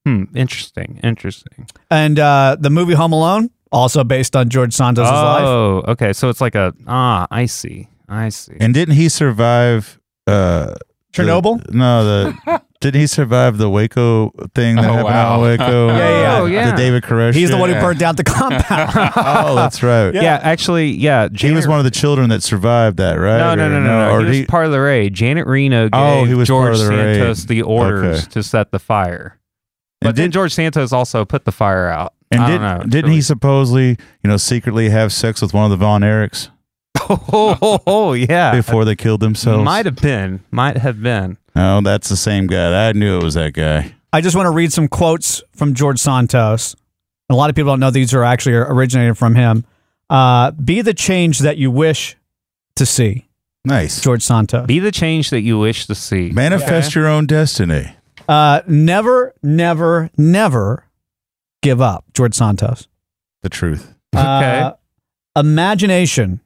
[SPEAKER 6] hmm, interesting, interesting.
[SPEAKER 4] And uh, the movie Home Alone also based on George Santos's life.
[SPEAKER 6] oh, okay, so it's like a ah, I see, I see.
[SPEAKER 7] And didn't he survive? Uh, the-
[SPEAKER 4] Chernobyl?
[SPEAKER 7] no, the didn't he survive the Waco thing that
[SPEAKER 5] Oh,
[SPEAKER 7] happened
[SPEAKER 5] wow.
[SPEAKER 7] out in Waco?
[SPEAKER 4] Yeah, yeah. Oh,
[SPEAKER 6] yeah.
[SPEAKER 7] The David Koresh.
[SPEAKER 4] He's the one who
[SPEAKER 7] shit?
[SPEAKER 4] burnt down the compound.
[SPEAKER 7] Oh, that's right.
[SPEAKER 6] yeah. actually, yeah,
[SPEAKER 7] He was one of the children that survived that, right?
[SPEAKER 6] No, no,
[SPEAKER 7] Or
[SPEAKER 6] no, no, no.
[SPEAKER 7] Or
[SPEAKER 6] He was
[SPEAKER 7] did he-
[SPEAKER 6] part of the raid. Janet Reno gave
[SPEAKER 7] Oh, he was part
[SPEAKER 6] George
[SPEAKER 7] of the raid.
[SPEAKER 6] Santos the orders
[SPEAKER 7] Okay.
[SPEAKER 6] to set the fire. But
[SPEAKER 7] And
[SPEAKER 6] then
[SPEAKER 7] did-
[SPEAKER 6] George Santos also put the fire out.
[SPEAKER 7] and
[SPEAKER 6] I
[SPEAKER 7] did,
[SPEAKER 6] don't know.
[SPEAKER 7] didn't he supposedly, you know, secretly have sex with one of the Von Erichs
[SPEAKER 6] Oh, oh, oh, yeah.
[SPEAKER 7] before they killed themselves?
[SPEAKER 6] Might have been. Might have been.
[SPEAKER 7] Oh, that's the same guy. I knew it was that guy.
[SPEAKER 4] I just want to read some quotes from George Santos. A lot of people don't know these are actually originated from him. Uh, Be the change that you wish to see,
[SPEAKER 7] Nice.
[SPEAKER 4] George Santos.
[SPEAKER 6] Be the change that you wish to see.
[SPEAKER 7] Manifest your own destiny.
[SPEAKER 4] Uh, never, never, never give up, George Santos.
[SPEAKER 7] The truth.
[SPEAKER 4] Uh, imagination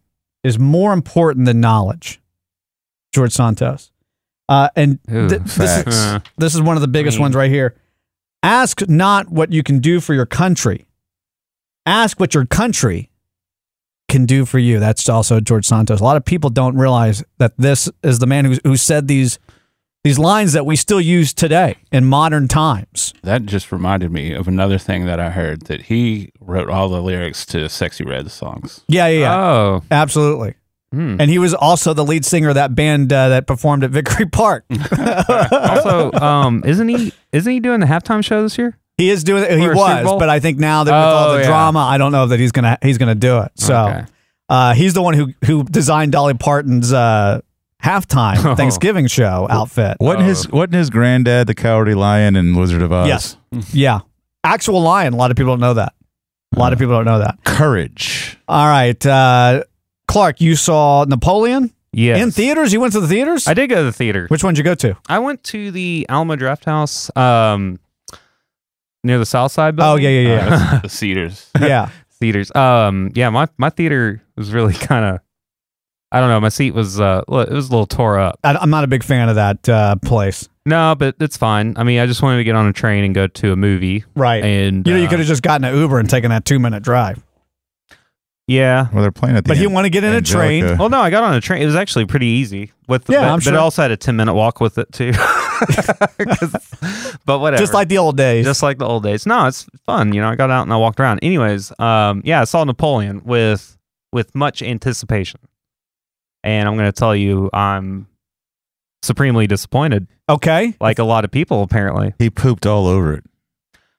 [SPEAKER 4] is more important than knowledge, George Santos. Uh, and
[SPEAKER 6] Ooh,
[SPEAKER 4] th- this,
[SPEAKER 7] facts.
[SPEAKER 4] is,
[SPEAKER 6] Uh.
[SPEAKER 4] this is one of the biggest
[SPEAKER 6] Mm.
[SPEAKER 4] ones right here. Ask not what you can do for your country, ask what your country can do for you. That's also George Santos. A lot of people don't realize that this is the man who, who said these these lines that we still use today in modern times.
[SPEAKER 5] That just reminded me of another thing that I heard that he wrote all the lyrics to Sexy Red songs.
[SPEAKER 4] Yeah, yeah, yeah.
[SPEAKER 6] Oh.
[SPEAKER 4] absolutely.
[SPEAKER 6] hmm.
[SPEAKER 4] And he was also the lead singer of that band uh, that performed at Victory Park.
[SPEAKER 6] also, um, isn't he isn't he doing the halftime show this year?
[SPEAKER 4] He is doing it. He
[SPEAKER 6] For a Super
[SPEAKER 4] was,
[SPEAKER 6] Bowl?
[SPEAKER 4] but I think now that with all
[SPEAKER 6] Oh,
[SPEAKER 4] the
[SPEAKER 6] yeah.
[SPEAKER 4] drama, I don't know that he's gonna he's gonna do it. So
[SPEAKER 6] Okay.
[SPEAKER 4] uh, he's the one who who designed Dolly Parton's uh, halftime
[SPEAKER 6] Oh.
[SPEAKER 4] Thanksgiving show outfit.
[SPEAKER 7] Wasn't
[SPEAKER 6] Uh,
[SPEAKER 7] his wasn't his granddad the cowardly lion in Wizard of Oz?
[SPEAKER 4] Yes. Yeah, actual lion. A lot of people don't know that. A
[SPEAKER 6] Uh.
[SPEAKER 4] lot of people don't know that.
[SPEAKER 7] Courage.
[SPEAKER 4] All right, uh, Clark, you saw Napoleon
[SPEAKER 6] Yes.
[SPEAKER 4] in theaters. You went to the theaters.
[SPEAKER 6] I did go to the theater.
[SPEAKER 4] Which one did you go to?
[SPEAKER 6] I went to the Alma Draft House um, near the South Side.
[SPEAKER 4] Oh
[SPEAKER 6] building.
[SPEAKER 4] yeah, yeah, yeah,
[SPEAKER 5] Uh, the Cedars.
[SPEAKER 4] yeah.
[SPEAKER 6] theaters. Um, yeah, my my theater was really kind of. I don't know. My seat was uh, li- it was a little tore up.
[SPEAKER 4] I, I'm not a big fan of that uh, place.
[SPEAKER 6] No, but it's fine. I mean, I just wanted to get on a train and go to a movie.
[SPEAKER 4] Right.
[SPEAKER 6] And
[SPEAKER 4] you know, you
[SPEAKER 6] uh,
[SPEAKER 4] could have just gotten an Uber and taken that two minute drive,
[SPEAKER 6] Yeah.
[SPEAKER 7] Well, they're playing at the.
[SPEAKER 4] but he
[SPEAKER 7] An-
[SPEAKER 4] wanted to get in a train.
[SPEAKER 7] Angelica.
[SPEAKER 6] Well, no, I got on a train. It was actually pretty easy. With
[SPEAKER 4] Yeah,
[SPEAKER 6] but,
[SPEAKER 4] I'm
[SPEAKER 6] but
[SPEAKER 4] sure.
[SPEAKER 6] it also had a ten minute walk with it too. 'Cause- but whatever.
[SPEAKER 4] Just like the old days.
[SPEAKER 6] just like the old days. No, it's fun. You know, I got out and I walked around. Anyways, um, yeah, I saw Napoleon with with much anticipation, and I'm going to tell you, I'm supremely disappointed,
[SPEAKER 4] okay.
[SPEAKER 6] like a lot of people apparently.
[SPEAKER 7] he pooped all over it.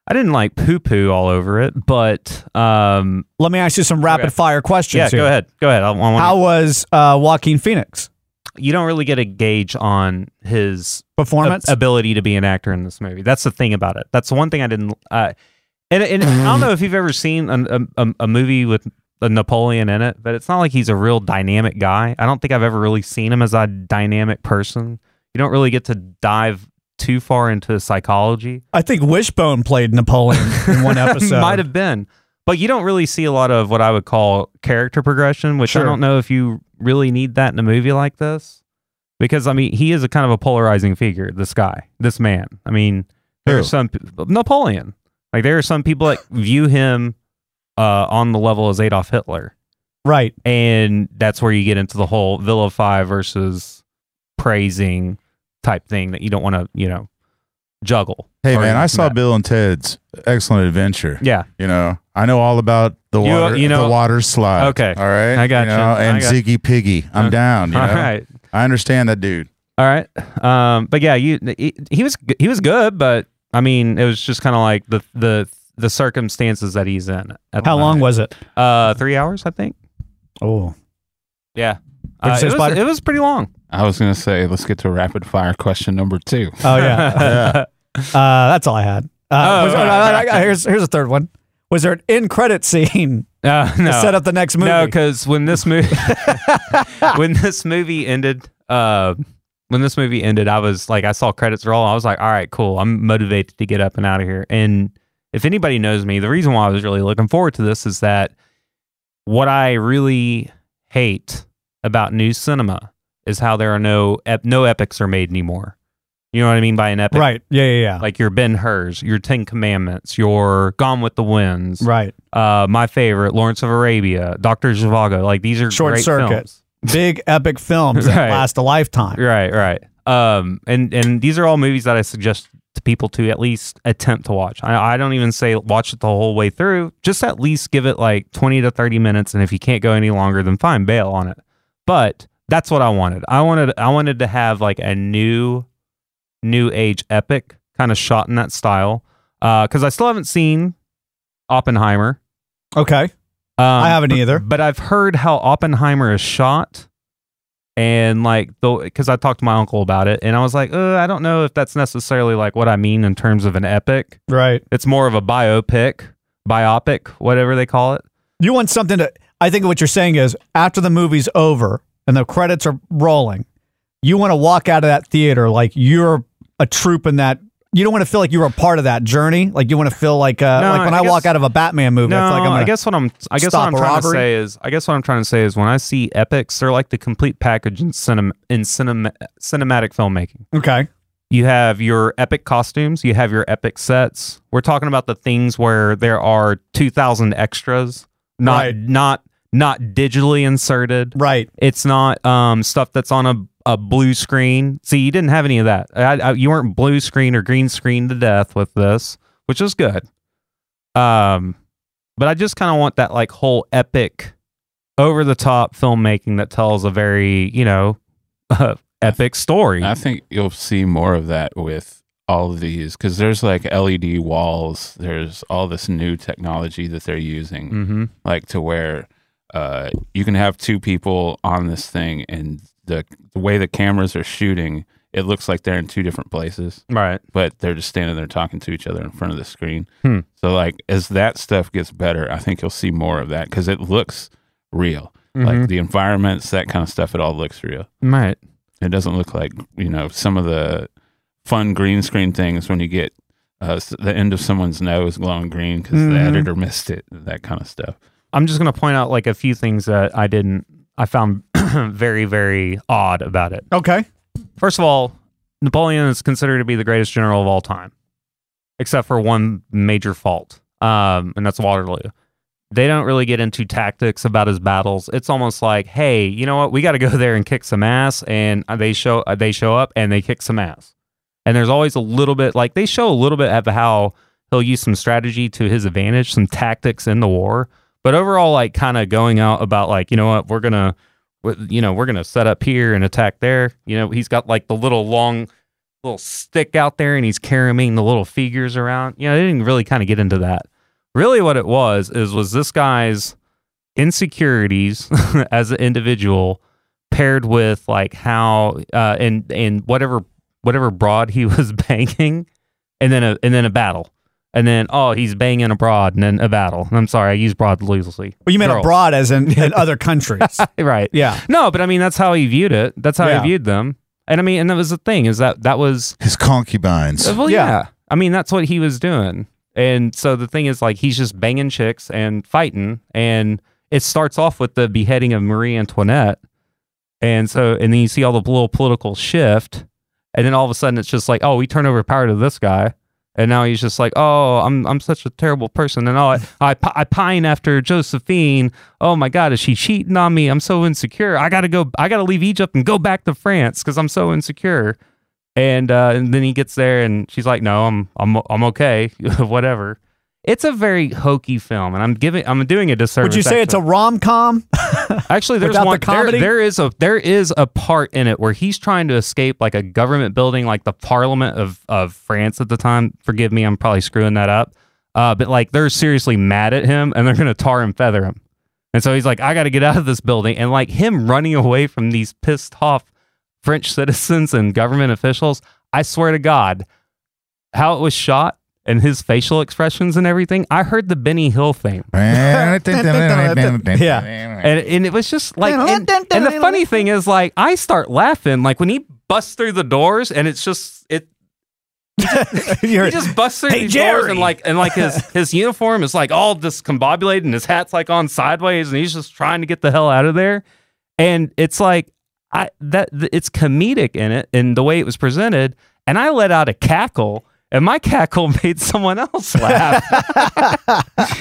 [SPEAKER 6] I didn't like poo poo all over it, but um,
[SPEAKER 4] Let me ask you some rapid
[SPEAKER 6] Okay.
[SPEAKER 4] fire questions.
[SPEAKER 6] yeah,
[SPEAKER 4] here.
[SPEAKER 6] go ahead, go ahead. I, I want
[SPEAKER 4] How was uh, Joaquin Phoenix?
[SPEAKER 6] you don't really get a gauge on his
[SPEAKER 4] Performance?
[SPEAKER 6] ab- ability to be an actor in this movie. That's the thing about it. That's the one thing I didn't. Uh, and, and I don't know if you've ever seen an, a, a- a movie with a Napoleon in it, but it's not like he's a real dynamic guy. I don't think I've ever really seen him as a dynamic person. You don't really get to dive too far into psychology.
[SPEAKER 4] I think Wishbone played Napoleon in one episode.
[SPEAKER 6] Might have been. But you don't really see a lot of what I would call character progression, which I
[SPEAKER 4] Sure.
[SPEAKER 6] don't know if you really need that in a movie like this. Because I mean, he is a kind of a polarizing figure, this guy, this man. I mean, there are
[SPEAKER 12] Who?
[SPEAKER 6] some pe- Napoleon. Like there are some people that view him uh, on the level as Adolf Hitler.
[SPEAKER 4] Right.
[SPEAKER 6] Oh, And that's where you get into the whole vilify versus praising type thing that you don't want to, you know, juggle.
[SPEAKER 7] Hey
[SPEAKER 6] Or
[SPEAKER 7] man, I saw
[SPEAKER 6] not.
[SPEAKER 7] Bill and Ted's Excellent Adventure.
[SPEAKER 6] Yeah.
[SPEAKER 7] you know, I know all about the
[SPEAKER 6] You- uh,
[SPEAKER 7] water,
[SPEAKER 6] you know-
[SPEAKER 7] the water slide.
[SPEAKER 6] Okay.
[SPEAKER 7] all right,
[SPEAKER 6] I gotcha.
[SPEAKER 7] know,
[SPEAKER 6] I
[SPEAKER 7] and
[SPEAKER 6] gotcha.
[SPEAKER 7] Ziggy Piggy, I'm
[SPEAKER 6] Okay.
[SPEAKER 7] down. You know?
[SPEAKER 6] All right.
[SPEAKER 7] I understand that dude.
[SPEAKER 6] All right. Um, but yeah, you he, he was g- he was good, but I mean, it was just kind of like the the the circumstances that he's in. at the
[SPEAKER 4] How long
[SPEAKER 6] moment.
[SPEAKER 4] was it?
[SPEAKER 6] Uh, three hours, I think.
[SPEAKER 4] Oh,
[SPEAKER 6] Yeah.
[SPEAKER 4] What'd you
[SPEAKER 6] Uh,
[SPEAKER 4] say,
[SPEAKER 6] it, was,
[SPEAKER 4] Spider?
[SPEAKER 6] it was pretty long.
[SPEAKER 5] I was gonna say, let's get to rapid fire question number two.
[SPEAKER 4] Oh yeah. Uh, that's all I had. Uh,
[SPEAKER 5] Oh,
[SPEAKER 4] was-
[SPEAKER 5] all right.
[SPEAKER 4] uh, here's here's a third one. Was there an in credit scene
[SPEAKER 6] Uh,
[SPEAKER 4] to
[SPEAKER 6] no.
[SPEAKER 4] set up the next movie?
[SPEAKER 6] No, because when this movie when this movie ended, uh, when this movie ended, I was like, I saw credits roll. I was like, all right, cool. I'm motivated to get up and out of here. And if anybody knows me, the reason why I was really looking forward to this is that what I really hate about new cinema is how there are no ep- no epics are made anymore. You know what I mean by an epic,
[SPEAKER 4] Right. Yeah, yeah, yeah.
[SPEAKER 6] Like your Ben Hur's, your Ten Commandments, your Gone with the Winds,
[SPEAKER 4] Right.
[SPEAKER 6] Uh, my favorite, Lawrence of Arabia, Doctor Zhivago. Like these are
[SPEAKER 4] Short
[SPEAKER 6] great
[SPEAKER 4] circuit.
[SPEAKER 6] films.
[SPEAKER 4] Big epic films that
[SPEAKER 6] Right.
[SPEAKER 4] last a lifetime.
[SPEAKER 6] Right, right. Um, and and these are all movies that I suggest to people to at least attempt to watch. I, I don't even say watch it the whole way through. Just at least give it like twenty to thirty minutes, and if you can't go any longer, then fine, bail on it. But that's what I wanted. I wanted I wanted to have like a new, new age epic kind of shot in that style. Because I still haven't seen Oppenheimer.
[SPEAKER 4] Okay. I haven't
[SPEAKER 6] Um, but-
[SPEAKER 4] either.
[SPEAKER 6] But I've heard how Oppenheimer is shot and like the because I talked to my uncle about it, and I was like, uh, I don't know if that's necessarily like what I mean in terms of an epic.
[SPEAKER 4] Right.
[SPEAKER 6] It's more of a biopic, biopic, whatever they call it.
[SPEAKER 4] You want something to I think what you're saying is after the movie's over and the credits are rolling, you want to walk out of that theater like you're a troop in that you don't want to feel like you're a part of that journey. Like you want to feel like uh,
[SPEAKER 6] No,
[SPEAKER 4] like when I,
[SPEAKER 6] I
[SPEAKER 4] walk
[SPEAKER 6] guess-
[SPEAKER 4] out of a Batman movie, I
[SPEAKER 6] No,
[SPEAKER 4] feel like I'm gonna
[SPEAKER 6] I guess what I'm I guess what
[SPEAKER 4] stop
[SPEAKER 6] I'm
[SPEAKER 4] a
[SPEAKER 6] trying
[SPEAKER 4] robbery.
[SPEAKER 6] to say is I guess what I'm trying to say is when I see epics, they're like the complete package in cinema in cinema cinematic filmmaking.
[SPEAKER 4] Okay.
[SPEAKER 6] You have your epic costumes, you have your epic sets. We're talking about the things where there are 2000 extras, not
[SPEAKER 4] Right.
[SPEAKER 6] not not digitally inserted.
[SPEAKER 4] Right.
[SPEAKER 6] It's not um stuff that's on a a blue screen. See, you didn't have any of that. I, I, you weren't blue screen or green screen to death with this, which is good. Um but I just kind of want that like whole epic over the top filmmaking that tells a very, you know, epic story.
[SPEAKER 5] I think you'll see more of that with all of these because there's like LED walls. There's all this new technology that they're using,
[SPEAKER 4] Mm.
[SPEAKER 6] Mhm.
[SPEAKER 5] like to where uh, you can have two people on this thing, and the the way the cameras are shooting, it looks like they're in two different places,
[SPEAKER 6] right?
[SPEAKER 5] But they're just standing there talking to each other in front of the screen.
[SPEAKER 6] Hmm.
[SPEAKER 5] So like as that stuff gets better, I think you'll see more of that because it looks real.
[SPEAKER 6] Mhm.
[SPEAKER 5] Like the environments, that kind of stuff, it all looks real.
[SPEAKER 6] Right.
[SPEAKER 5] It doesn't look like you know some of the fun green screen things when you get uh, s- the end of someone's nose glowing green because the
[SPEAKER 6] Mhm.
[SPEAKER 5] editor missed it. That kind of stuff.
[SPEAKER 6] I'm just going to point out like a few things that I didn't, I found very, very odd about it.
[SPEAKER 4] Okay.
[SPEAKER 6] First of all, Napoleon is considered to be the greatest general of all time, except for one major fault, um, and that's Waterloo. They don't really get into tactics about his battles. It's almost like, hey, you know what? We got to go there and kick some ass, and they show uh, they show up and they kick some ass. And there's always a little bit like they show a little bit of how he'll use some strategy to his advantage, some tactics in the war. But overall, like kind of going out about like, you know what, we're gonna w- you know, we're gonna set up here and attack there. You know, he's got like the little long little stick out there and he's carrying the little figures around. You know, they didn't really kind of get into that. Really what it was is was this guy's insecurities as an individual paired with like how uh, and and whatever whatever broad he was banging, and then a and then a battle, and then oh he's banging a broad and then a battle. I'm sorry, I use broad loosely.
[SPEAKER 4] Well, Oh, you meant
[SPEAKER 6] Girls.
[SPEAKER 4] abroad as in, in other countries.
[SPEAKER 6] right.
[SPEAKER 4] Yeah.
[SPEAKER 6] No, but I mean that's how he viewed it. That's how
[SPEAKER 4] Yeah.
[SPEAKER 6] he viewed them. And I mean, and that was the thing is that that was
[SPEAKER 7] his concubines.
[SPEAKER 6] Uh, Well, yeah. I mean, that's what he was doing. And so the thing is, like, he's just banging chicks and fighting. And it starts off with the beheading of Marie Antoinette. And so, and then you see all the little political shift. And then all of a sudden, it's just like, oh, we turn over power to this guy. And now he's just like, oh, I'm I'm such a terrible person, and oh, I, I pi- I pine after Josephine. Oh my God, is she cheating on me? I'm so insecure. I gotta go. I gotta leave Egypt and go back to France because I'm so insecure. And uh, and then he gets there, and she's like, no, I'm I'm I'm okay, whatever. It's a very hokey film, and I'm giving I'm doing a disservice.
[SPEAKER 4] Would you say it's a rom com?
[SPEAKER 6] Actually, there's
[SPEAKER 4] Without the
[SPEAKER 6] one. there-
[SPEAKER 4] comedy?
[SPEAKER 6] there is a there is a part in it where he's trying to escape like a government building, like the Parliament of of France at the time. Forgive me, I'm probably screwing that up. Uh, but like they're seriously mad at him, and they're gonna tar and feather him. And so he's like, I got to get out of this building. And like him running away from these pissed off French citizens and government officials. I swear to God, how it was shot and his facial expressions and everything. I heard the Benny Hill thing.
[SPEAKER 4] Yeah.
[SPEAKER 6] And, and it was just like, and, and the funny thing is, like, I start laughing, like when he busts through the doors, and it's just it.
[SPEAKER 4] You're-
[SPEAKER 6] he just busts through
[SPEAKER 4] Hey,
[SPEAKER 6] these doors, and like, and like his his uniform is like all discombobulated, and his hat's like on sideways, and he's just trying to get the hell out of there. And it's like, I that th- it's comedic in it, and the way it was presented, and I let out a cackle. And my cackle made someone else laugh.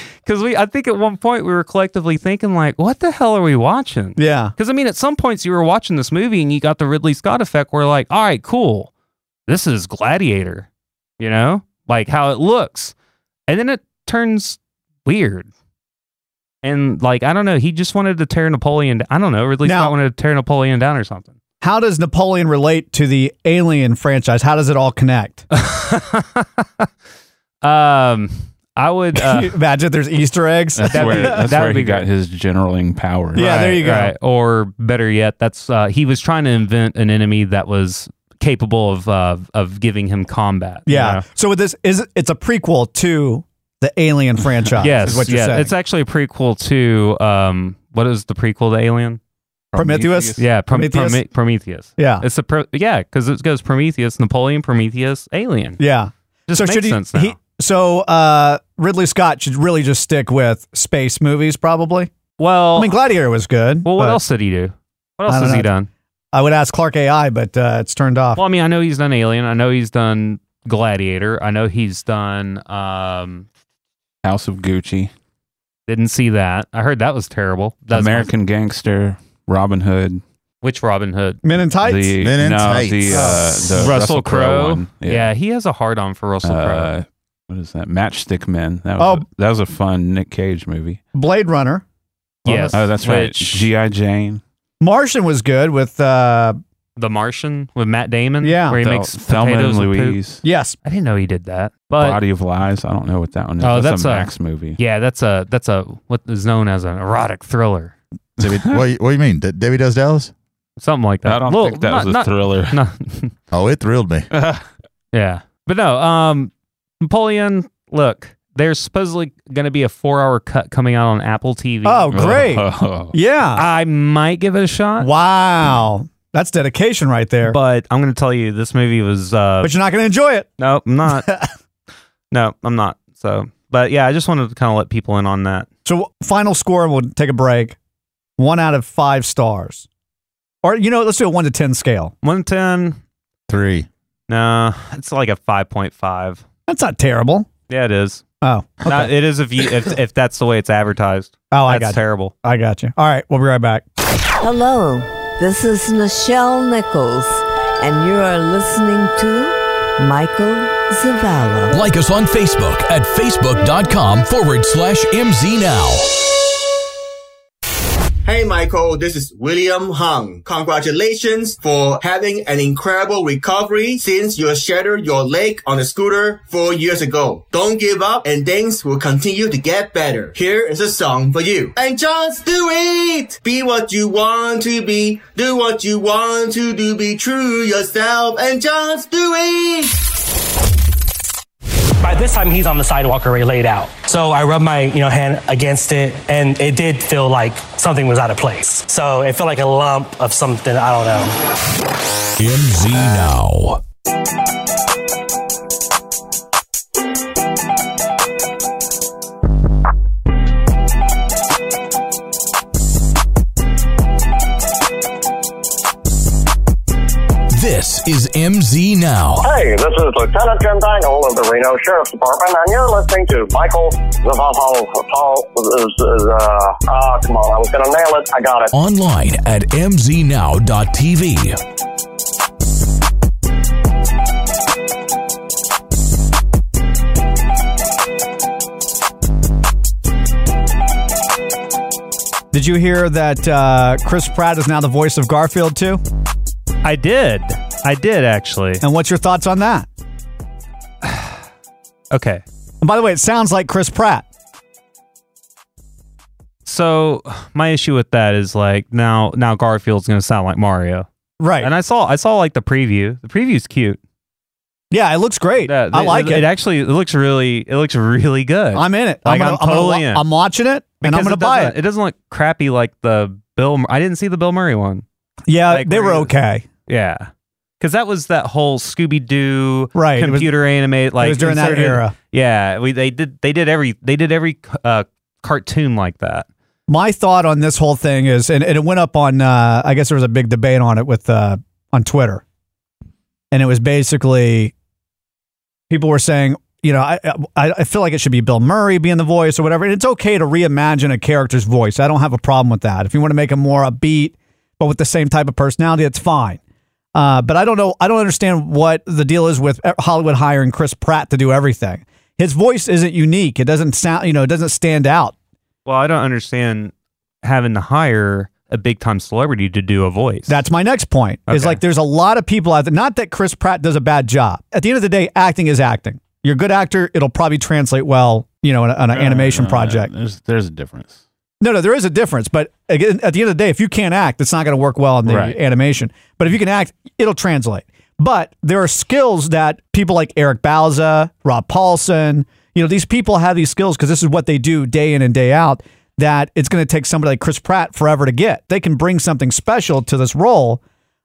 [SPEAKER 6] Because we, I think at one point we were collectively thinking like, what the hell are we watching?
[SPEAKER 4] Yeah.
[SPEAKER 6] Because I mean, at some points you were watching this movie and you got the Ridley Scott effect where like, all right, cool, this is Gladiator, you know, like how it looks, and then it turns weird. And like, I don't know, he just wanted to tear Napoleon. I don't know, Ridley
[SPEAKER 4] Now-
[SPEAKER 6] Scott wanted to tear Napoleon down or something.
[SPEAKER 4] How does Napoleon relate to the Alien franchise? How does it all connect?
[SPEAKER 6] Um, I would.
[SPEAKER 4] Can you
[SPEAKER 6] Uh,
[SPEAKER 4] imagine if there's Easter eggs.
[SPEAKER 5] That's
[SPEAKER 6] That'd
[SPEAKER 5] where,
[SPEAKER 6] be-
[SPEAKER 5] that's
[SPEAKER 6] that
[SPEAKER 5] where
[SPEAKER 6] would
[SPEAKER 5] he
[SPEAKER 6] be
[SPEAKER 5] got
[SPEAKER 6] great.
[SPEAKER 5] his generaling power.
[SPEAKER 4] Yeah, there you go.
[SPEAKER 6] Or better yet, that's uh, he was trying to invent an enemy that was capable of uh, of giving him combat. you
[SPEAKER 4] Yeah.
[SPEAKER 6] know?
[SPEAKER 4] So with this is it's a prequel to the Alien franchise.
[SPEAKER 6] Yes.
[SPEAKER 4] is what you're
[SPEAKER 6] yeah.
[SPEAKER 4] saying.
[SPEAKER 6] It's actually a prequel to um, what is the prequel to Alien?
[SPEAKER 4] Prometheus?
[SPEAKER 6] Yeah, Prome-
[SPEAKER 4] Prometheus?
[SPEAKER 6] Prome- Prometheus.
[SPEAKER 4] Yeah.
[SPEAKER 6] It's a pro- yeah because it goes Prometheus, Napoleon, Prometheus, Alien.
[SPEAKER 4] yeah.
[SPEAKER 6] Just makes
[SPEAKER 4] he-
[SPEAKER 6] sense now.
[SPEAKER 4] he- so uh, Ridley Scott should really just stick with space movies, probably.
[SPEAKER 6] Well,
[SPEAKER 4] I mean, Gladiator was good.
[SPEAKER 6] well, what
[SPEAKER 4] but
[SPEAKER 6] else did he do?
[SPEAKER 4] I
[SPEAKER 6] What else
[SPEAKER 4] don't
[SPEAKER 6] has he
[SPEAKER 4] know.
[SPEAKER 6] done?
[SPEAKER 4] I would ask Clark AI, but uh, it's turned off.
[SPEAKER 6] Well, I mean, I know he's done Alien. I know he's done Gladiator. I know he's done. Um,
[SPEAKER 5] House of Gucci,
[SPEAKER 6] didn't see that. I heard that was terrible. That's
[SPEAKER 5] American Gangster, Robin Hood,
[SPEAKER 6] Which Robin Hood?
[SPEAKER 4] Men in Tights.
[SPEAKER 5] the
[SPEAKER 7] Men in
[SPEAKER 5] no,
[SPEAKER 7] Tights.
[SPEAKER 5] the, uh, the
[SPEAKER 6] Russell, Crowe.
[SPEAKER 5] one.
[SPEAKER 6] yeah. he has a hard on for Russell Crowe.
[SPEAKER 5] Uh, what is that? Matchstick Men. That was,
[SPEAKER 4] Oh.
[SPEAKER 5] a, that was a fun Nick Cage movie.
[SPEAKER 4] Blade Runner.
[SPEAKER 6] Yes.
[SPEAKER 5] Oh, that's right.
[SPEAKER 6] Which-
[SPEAKER 5] G.I. Jane.
[SPEAKER 4] Martian was good with uh,
[SPEAKER 6] The Martian with Matt Damon.
[SPEAKER 4] Yeah.
[SPEAKER 6] where he
[SPEAKER 5] Thel-
[SPEAKER 6] makes
[SPEAKER 5] Thelma and
[SPEAKER 6] potatoes with poop.
[SPEAKER 5] Louise.
[SPEAKER 4] yes,
[SPEAKER 6] I didn't know he did that. But
[SPEAKER 5] Body of Lies. I don't know what that one is.
[SPEAKER 6] Oh,
[SPEAKER 5] that's,
[SPEAKER 6] that's
[SPEAKER 5] a
[SPEAKER 6] a-
[SPEAKER 5] Max movie.
[SPEAKER 6] yeah, that's a that's a what is known as an erotic thriller,
[SPEAKER 7] Debbie, what, what do you mean? De- Debbie Does Dallas?
[SPEAKER 6] something like that.
[SPEAKER 5] I don't
[SPEAKER 6] Well,
[SPEAKER 5] think that
[SPEAKER 6] not-
[SPEAKER 5] was a
[SPEAKER 6] not-
[SPEAKER 5] thriller.
[SPEAKER 6] not-
[SPEAKER 7] Oh, it thrilled me.
[SPEAKER 6] Yeah. But no, um Napoleon, look, there's supposedly going to be a 4-hour cut coming out on Apple TV.
[SPEAKER 4] Oh, great.
[SPEAKER 6] uh,
[SPEAKER 5] Oh.
[SPEAKER 4] Yeah.
[SPEAKER 6] I might give it a shot,
[SPEAKER 4] Wow. That's dedication right there. But,
[SPEAKER 6] but I'm going to tell you this movie was uh
[SPEAKER 4] you're not going to enjoy it.
[SPEAKER 6] no, I'm not. no, I'm not. So, but yeah, I just wanted to kind of let people in on that.
[SPEAKER 4] So, final score, and we'll take a break. One out of five stars. Or, you know, let's do a one to 10 scale.
[SPEAKER 6] 110?
[SPEAKER 7] Three.
[SPEAKER 6] No, it's like a 5.5.
[SPEAKER 4] That's not terrible.
[SPEAKER 6] Yeah, it is.
[SPEAKER 4] Oh, okay.
[SPEAKER 6] Not- it is if you if, if that's the way it's advertised.
[SPEAKER 4] Oh, I
[SPEAKER 6] that's
[SPEAKER 4] got you.
[SPEAKER 6] terrible.
[SPEAKER 4] I got you. All right. We'll be right back.
[SPEAKER 12] Hello, this is Michelle Nichols, and you are listening to Michael Zavala.
[SPEAKER 1] Like us on Facebook at facebook.com forward slash MZ Now.
[SPEAKER 13] Hey, Michael, this is William Hung. Congratulations for having an incredible recovery since you shattered your leg on a scooter four years ago. Don't give up and things will continue to get better. Here is a song for you. And just do it! Be what you want to be. Do what you want to do. Be true yourself and just do it!
[SPEAKER 14] By this time, he's on the sidewalk already laid out. So I rubbed my you know hand against it, and it did feel like something was out of place. So it felt like a lump of something. I don't know.
[SPEAKER 1] MZ Now. This is MZ Now.
[SPEAKER 15] Hey, this is Lieutenant Jim Dangle of the Reno Sheriff's Department, and you're listening to Michael the uh, uh, come on, I was gonna nail it. I got it.
[SPEAKER 1] Online at mznow.tv.
[SPEAKER 4] Did you hear that uh, Chris Pratt is now the voice of Garfield too?
[SPEAKER 6] I did. I did actually.
[SPEAKER 4] And what's your thoughts on that?
[SPEAKER 6] Okay.
[SPEAKER 4] And by the way, it sounds like Chris Pratt.
[SPEAKER 6] So my issue with that is like now now Garfield's gonna sound like Mario.
[SPEAKER 4] Right.
[SPEAKER 6] And I saw I saw like the preview. The preview's cute.
[SPEAKER 4] Yeah, it looks great. I like it.
[SPEAKER 6] It actually it looks really it looks really good.
[SPEAKER 4] I'm in it.
[SPEAKER 6] Like,
[SPEAKER 4] I'm,
[SPEAKER 6] I'm,
[SPEAKER 4] gonna- I'm gonna
[SPEAKER 6] totally
[SPEAKER 4] wa-
[SPEAKER 6] in.
[SPEAKER 4] I'm watching it and I'm
[SPEAKER 6] Because
[SPEAKER 4] gonna
[SPEAKER 6] it
[SPEAKER 4] buy
[SPEAKER 6] doesn't-
[SPEAKER 4] it.
[SPEAKER 6] It doesn't look crappy like the Bill. Mur- I didn't see the Bill Murray one.
[SPEAKER 4] Yeah,
[SPEAKER 6] Like,
[SPEAKER 4] they
[SPEAKER 6] where
[SPEAKER 4] were
[SPEAKER 6] he was-
[SPEAKER 4] okay.
[SPEAKER 6] Yeah, because that was that whole Scooby Doo
[SPEAKER 4] Right, it was-
[SPEAKER 6] computer animated like
[SPEAKER 4] was during that
[SPEAKER 6] inserted-
[SPEAKER 4] era.
[SPEAKER 6] Yeah, we they did they did every they did every uh, cartoon like that.
[SPEAKER 4] My thought on this whole thing is, and, and it went up on, uh, I guess there was a big debate on it with uh, on Twitter, and it was basically people were saying, you know, I, I I feel like it should be Bill Murray being the voice or whatever, and it's okay to reimagine a character's voice. I don't have a problem with that. If you want to make him more upbeat, but with the same type of personality, it's fine. Uh, but I don't know. I don't understand what the deal is with Hollywood hiring Chris Pratt to do everything. His voice isn't unique. It doesn't sound, you know, it doesn't stand out.
[SPEAKER 6] Well, I don't understand having to hire a big time celebrity to do a voice.
[SPEAKER 4] That's my next point. Is like there's a lot of people out there. Not that Chris Pratt does a bad job. At the end of the day, acting is acting. You're a good actor. It'll probably translate well, you know, on, a, on an animation
[SPEAKER 6] Uh,
[SPEAKER 4] project.
[SPEAKER 7] There's there's a difference.
[SPEAKER 4] No, no, there is a difference. But again, at the end of the day, if you can't act, it's not going to work well in the
[SPEAKER 7] Right.
[SPEAKER 4] animation. But if you can act, it'll translate. But there are skills that people like Eric Bauza, Rob Paulson, you know, these people have these skills because this is what they do day in and day out. That it's going to take somebody like Chris Pratt forever to get. They can bring something special to this role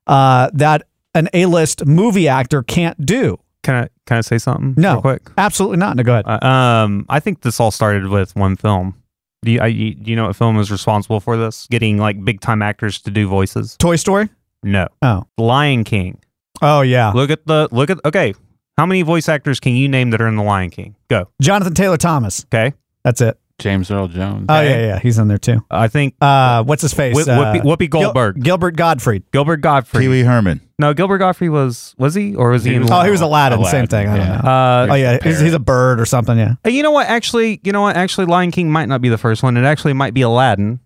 [SPEAKER 4] uh, that an A-list movie actor can't do.
[SPEAKER 6] Can I can I say something?
[SPEAKER 4] No,
[SPEAKER 6] real quick.
[SPEAKER 4] absolutely not. No, go ahead.
[SPEAKER 6] Uh, um, I think this all started with one film. Do you, I, you, do you know what film is responsible for this? Getting like big time actors to do voices.
[SPEAKER 4] Toy Story.
[SPEAKER 6] No.
[SPEAKER 4] Oh.
[SPEAKER 6] Lion King.
[SPEAKER 4] Oh yeah.
[SPEAKER 6] Look at the look at okay. How many voice actors can you name that are in the Lion King? Go.
[SPEAKER 4] Jonathan Taylor Thomas.
[SPEAKER 6] Okay.
[SPEAKER 4] That's it.
[SPEAKER 6] James Earl Jones.
[SPEAKER 4] Oh yeah, yeah, he's in there too.
[SPEAKER 6] I think.
[SPEAKER 4] Uh, what's his face?
[SPEAKER 6] Whoopi-
[SPEAKER 4] Uh,
[SPEAKER 6] Whoopi
[SPEAKER 4] Gil-
[SPEAKER 6] Goldberg.
[SPEAKER 4] Gilbert Gottfried.
[SPEAKER 6] Gilbert Godfrey.
[SPEAKER 7] Pee Wee Herman.
[SPEAKER 6] No, Gilbert Godfrey was was he or was he? in
[SPEAKER 4] oh, he was Aladdin. Same thing. I don't know.
[SPEAKER 6] Uh,
[SPEAKER 4] oh yeah, he's, he's a bird or something. Yeah.
[SPEAKER 6] Uh, You know what? Actually, you know what? Actually, Lion King might not be the first one. It actually might be Aladdin.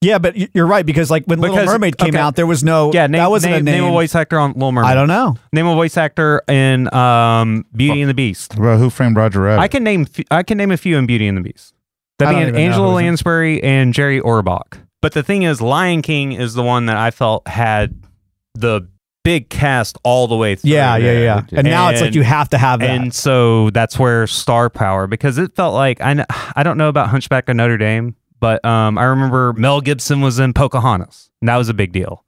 [SPEAKER 4] Yeah, but y- you're right because like when Little
[SPEAKER 6] Because-
[SPEAKER 4] Mermaid came
[SPEAKER 6] okay.
[SPEAKER 4] out, there was no.
[SPEAKER 6] Yeah, name,
[SPEAKER 4] that wasn't
[SPEAKER 6] name,
[SPEAKER 4] a name.
[SPEAKER 6] name a voice actor on Little Mermaid.
[SPEAKER 4] I don't know.
[SPEAKER 6] Name a voice actor in um, Beauty and the Beast.
[SPEAKER 7] Bro, who framed Roger Rabbit?
[SPEAKER 6] I can name f- I can name a few in Beauty and the Beast.
[SPEAKER 7] I
[SPEAKER 6] That'd
[SPEAKER 7] don't
[SPEAKER 6] be an
[SPEAKER 7] even know
[SPEAKER 6] Angela
[SPEAKER 7] who's in-
[SPEAKER 6] Lansbury and Jerry Orbach. But the thing is, Lion King is the one that I felt had the big cast all the way through.
[SPEAKER 4] Yeah, yeah, yeah. And now it's like you have to have that.
[SPEAKER 6] And so that's where star power, because it felt like I, kn- I don't know about Hunchback of Notre Dame, but um, I remember Mel Gibson was in Pocahontas, and that was a big deal.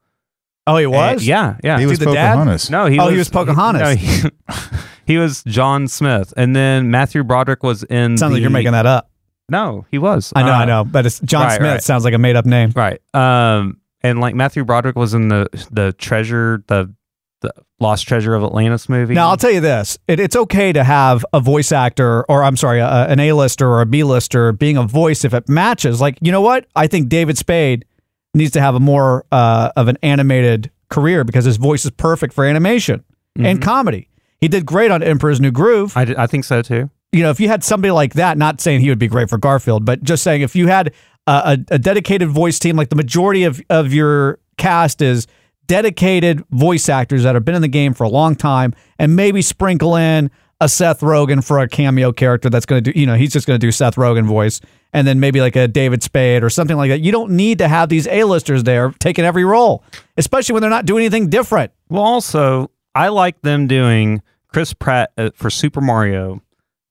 [SPEAKER 4] Oh, he was?
[SPEAKER 6] And- yeah, yeah.
[SPEAKER 4] He was Dude, the dad? Pocahontas.
[SPEAKER 6] No, he
[SPEAKER 4] Oh,
[SPEAKER 6] was,
[SPEAKER 4] he was Pocahontas.
[SPEAKER 6] He, no, he, he was John Smith, and then Matthew Broderick was in.
[SPEAKER 4] Sounds like
[SPEAKER 6] the-
[SPEAKER 4] you're making that up.
[SPEAKER 6] No, he was.
[SPEAKER 4] I know, I
[SPEAKER 6] Uh,
[SPEAKER 4] know, but it's John
[SPEAKER 6] right,
[SPEAKER 4] Smith.
[SPEAKER 6] right.
[SPEAKER 4] Sounds like a made up name.
[SPEAKER 6] Right. Um, and like Matthew Broderick was in the the treasure, the the lost treasure of Atlantis movie.
[SPEAKER 4] Now I'll tell you this: it, it's okay to have a voice actor, or I'm sorry, a, an A-lister or a B-lister being a voice if it matches. Like, you know what? I think David Spade needs to have a more uh, of an animated career because his voice is perfect for animation and comedy. He did great on Emperor's New Groove.
[SPEAKER 6] I, I think so too.
[SPEAKER 4] You know, if you had somebody like that, not saying he would be great for Garfield, but just saying if you had uh, a, a dedicated voice team. Like the majority of, of your cast is dedicated voice actors that have been in the game for a long time and maybe sprinkle in a Seth Rogen for a cameo character that's going to do, you know, he's just going to do Seth Rogen voice and then maybe like a David Spade or something like that. You don't need to have these A-listers there taking every role, especially when they're not doing anything different.
[SPEAKER 6] Well, also, I like them doing Chris Pratt uh, for Super Mario